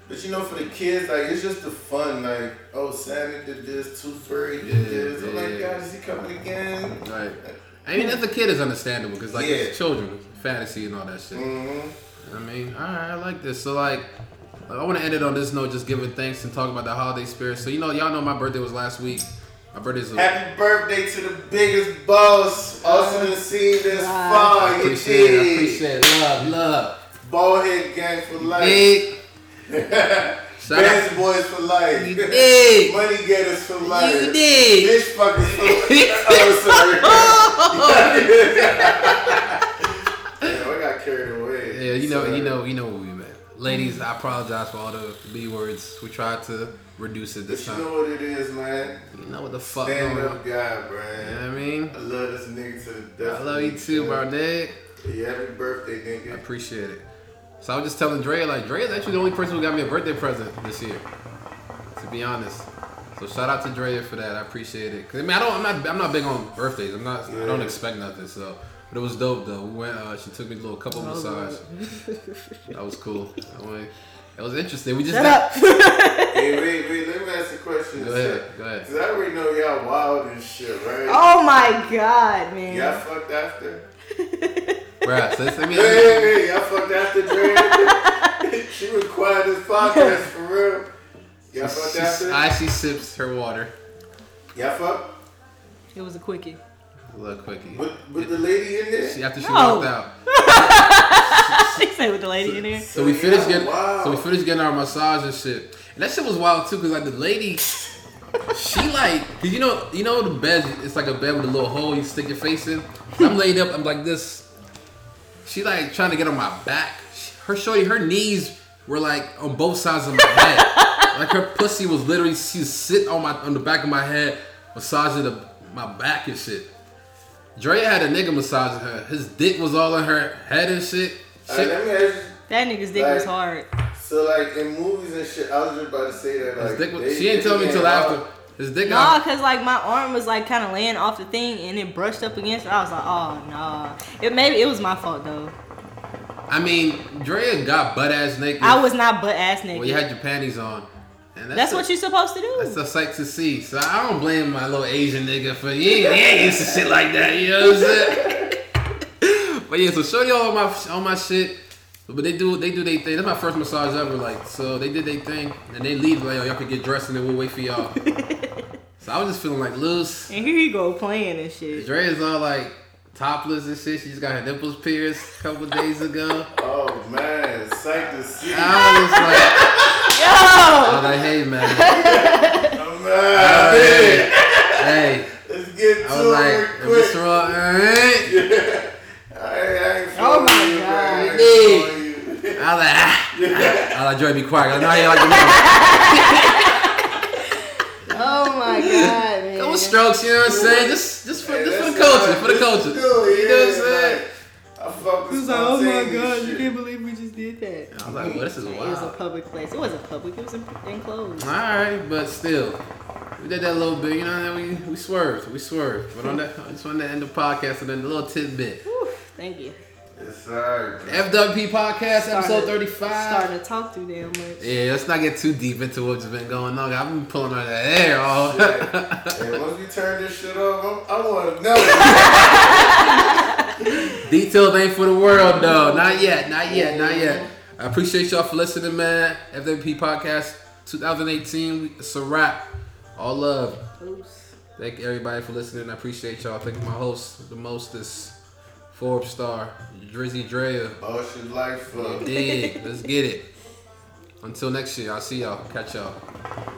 [SPEAKER 3] But you know, for the kids, like, it's just the fun. Like, oh, Santa did this, Tooth Fairy did
[SPEAKER 1] Yeah,
[SPEAKER 3] this. Oh my
[SPEAKER 1] yeah.
[SPEAKER 3] god, is he coming again?
[SPEAKER 1] Right. I mean, as a kid, it's understandable because like
[SPEAKER 3] Yeah.
[SPEAKER 1] it's children, fantasy and all that shit.
[SPEAKER 3] Mm-hmm.
[SPEAKER 1] I mean, all right, I like this. So like, I want to end it on this note, just giving thanks and talking about the holiday spirit. So you know, y'all know my birthday was last week. My birthday's a,
[SPEAKER 3] Happy birthday to the biggest boss, Austin and C this
[SPEAKER 2] Wow.
[SPEAKER 3] far. You
[SPEAKER 1] appreciate it. I
[SPEAKER 3] dig?
[SPEAKER 1] appreciate it. Love, love.
[SPEAKER 3] Bald head gang for life.
[SPEAKER 1] Big. Shout out.
[SPEAKER 3] Best boys for life.
[SPEAKER 1] You dig.
[SPEAKER 3] Money getters for life.
[SPEAKER 1] You dig.
[SPEAKER 3] Bitch fuckers for life. Oh, sorry. Damn, I got carried away.
[SPEAKER 1] Yeah, you know,
[SPEAKER 3] Sorry.
[SPEAKER 1] you know, you know what we meant. Ladies, I apologize for all the B words. We tried to reduce it
[SPEAKER 3] But
[SPEAKER 1] this
[SPEAKER 3] you
[SPEAKER 1] time.
[SPEAKER 3] know what it is, man.
[SPEAKER 1] You know what the fuck going
[SPEAKER 3] Stand
[SPEAKER 1] on.
[SPEAKER 3] up guy,
[SPEAKER 1] You know
[SPEAKER 3] man.
[SPEAKER 1] what I mean?
[SPEAKER 3] I love this nigga to the death.
[SPEAKER 1] I love you too, bro, Nick.
[SPEAKER 3] Yeah, happy birthday,
[SPEAKER 1] I
[SPEAKER 3] nigga.
[SPEAKER 1] appreciate it. So I was just telling Dre, like, Dre is actually the only person who got me a birthday present this year, to be honest. So shout out to Dre for that. I appreciate it. 'Cause, I mean, I don't, I'm not, I'm not big on birthdays. I'm not, I don't
[SPEAKER 3] Yeah.
[SPEAKER 1] expect nothing. So, but it was dope though. We went. Uh, she took me to a little couple
[SPEAKER 2] Oh,
[SPEAKER 1] massage. That was cool. I went, it was interesting. We just
[SPEAKER 2] Shut
[SPEAKER 1] got-
[SPEAKER 2] up.
[SPEAKER 3] hey, wait, wait. Let me ask you a question.
[SPEAKER 1] Go ahead. Go ahead.
[SPEAKER 3] Cause I already know y'all wild and shit, right?
[SPEAKER 2] Oh my god, man.
[SPEAKER 3] Y'all fucked after.
[SPEAKER 1] Bruh, so it's, I mean,
[SPEAKER 3] Hey, hey, hey, y'all fucked after Dre. she required this podcast for real. Y'all fucked
[SPEAKER 1] she's-
[SPEAKER 3] after.
[SPEAKER 1] I- she sips her water.
[SPEAKER 3] Y'all fucked
[SPEAKER 2] It was a quickie.
[SPEAKER 1] A little quickie.
[SPEAKER 3] with, with the lady in there.
[SPEAKER 1] She, after she
[SPEAKER 2] No.
[SPEAKER 1] walked out.
[SPEAKER 2] They say with the lady in there.
[SPEAKER 1] So we finished getting
[SPEAKER 3] Wow.
[SPEAKER 1] so we finished getting our massage and shit. And that shit was wild too, cause like the lady, she like, cause you know you know the bed, it's like a bed with a little hole you stick your face in. I'm laid up, I'm like this. She like trying to get on my back. She- Her shorty, her knees were like on both sides of my head. like her pussy was literally she was sitting on my on the back of my head, massaging the, my back and shit. Dre had a nigga massaging her. His dick was all in her head and shit.
[SPEAKER 3] All right,
[SPEAKER 1] Shit-
[SPEAKER 3] let me ask
[SPEAKER 2] That nigga's dick was hard.
[SPEAKER 3] you, so like in movies and shit, I was just about to say that like
[SPEAKER 1] His dick
[SPEAKER 3] they-
[SPEAKER 1] was, she ain't tell me
[SPEAKER 3] they
[SPEAKER 1] till
[SPEAKER 3] get
[SPEAKER 1] after.
[SPEAKER 3] out.
[SPEAKER 1] His dick
[SPEAKER 2] Nah,
[SPEAKER 1] out.
[SPEAKER 2] cause like my arm was like kind of laying off the thing and it brushed up against it. I was like, oh nah. It maybe it was my fault though.
[SPEAKER 1] I mean, Drea got butt ass naked.
[SPEAKER 2] I was not butt ass naked.
[SPEAKER 1] Well, you had your panties on, and
[SPEAKER 2] that's
[SPEAKER 1] a-
[SPEAKER 2] what you're supposed to do.
[SPEAKER 1] That's a sight to see. So I don't blame my little Asian nigga for you. ain't- You ain't used to shit like that. You know what I'm saying? but yeah, so show y'all my all my shit. But they do they do their thing. That's my first massage ever. Like so, they did their thing, and they leave like, yo, y'all can get dressed, and then we'll wait for y'all. so I was just feeling like loose.
[SPEAKER 2] and here you go playing and shit.
[SPEAKER 1] Dre is all like topless and shit. She just got her nipples pierced a couple days ago.
[SPEAKER 3] Oh man, psych to see.
[SPEAKER 1] I was like, I
[SPEAKER 2] Yo,
[SPEAKER 1] was like, hey man,
[SPEAKER 3] Oh, man,
[SPEAKER 1] hey.
[SPEAKER 3] let's get to
[SPEAKER 1] I was like,
[SPEAKER 3] it
[SPEAKER 1] if it's
[SPEAKER 3] real quick.
[SPEAKER 1] wrong, alright.
[SPEAKER 3] Yeah. All right,
[SPEAKER 2] Oh
[SPEAKER 1] "Ah." Dre, be quiet. I know you like the women.
[SPEAKER 2] Oh my god, man.
[SPEAKER 1] Couple strokes, you know what I'm saying? Just, just for, just for the culture, for the culture. You know what I'm saying?
[SPEAKER 3] I fuck
[SPEAKER 2] He
[SPEAKER 3] with
[SPEAKER 2] was like, oh my
[SPEAKER 3] spontaneous
[SPEAKER 2] god, you
[SPEAKER 3] shit.
[SPEAKER 2] can't believe we just did that.
[SPEAKER 1] I was like, well, this is
[SPEAKER 2] It was a
[SPEAKER 1] wild. All
[SPEAKER 2] public place. It wasn't public. It was in- enclosed.
[SPEAKER 1] right, but still, we did that a little bit. You know, we we swerved, we swerved. But on that, I just wanted to end the podcast with a little tidbit.
[SPEAKER 2] Whew, thank you.
[SPEAKER 3] It's alright, bro.
[SPEAKER 1] FWP podcast episode
[SPEAKER 2] Started-
[SPEAKER 1] 35.
[SPEAKER 2] Starting to talk too damn much.
[SPEAKER 1] Yeah, let's not get too deep into what's been going on. I've been pulling out of that air all.
[SPEAKER 3] Hey, once you turn this shit off, I'm, I want another.
[SPEAKER 1] Details ain't for the world though. Not yet. Not yet. Not yet. I appreciate y'all for listening, man. FWP podcast 2018. It's a wrap. All love.
[SPEAKER 2] Loose.
[SPEAKER 1] Thank everybody for listening. I appreciate y'all. Thank my host, the most is Forbes star, Drizzy Drea.
[SPEAKER 3] Ocean life. Uh,
[SPEAKER 1] Dig. Let's get it. Until next year, I'll see y'all. Catch y'all.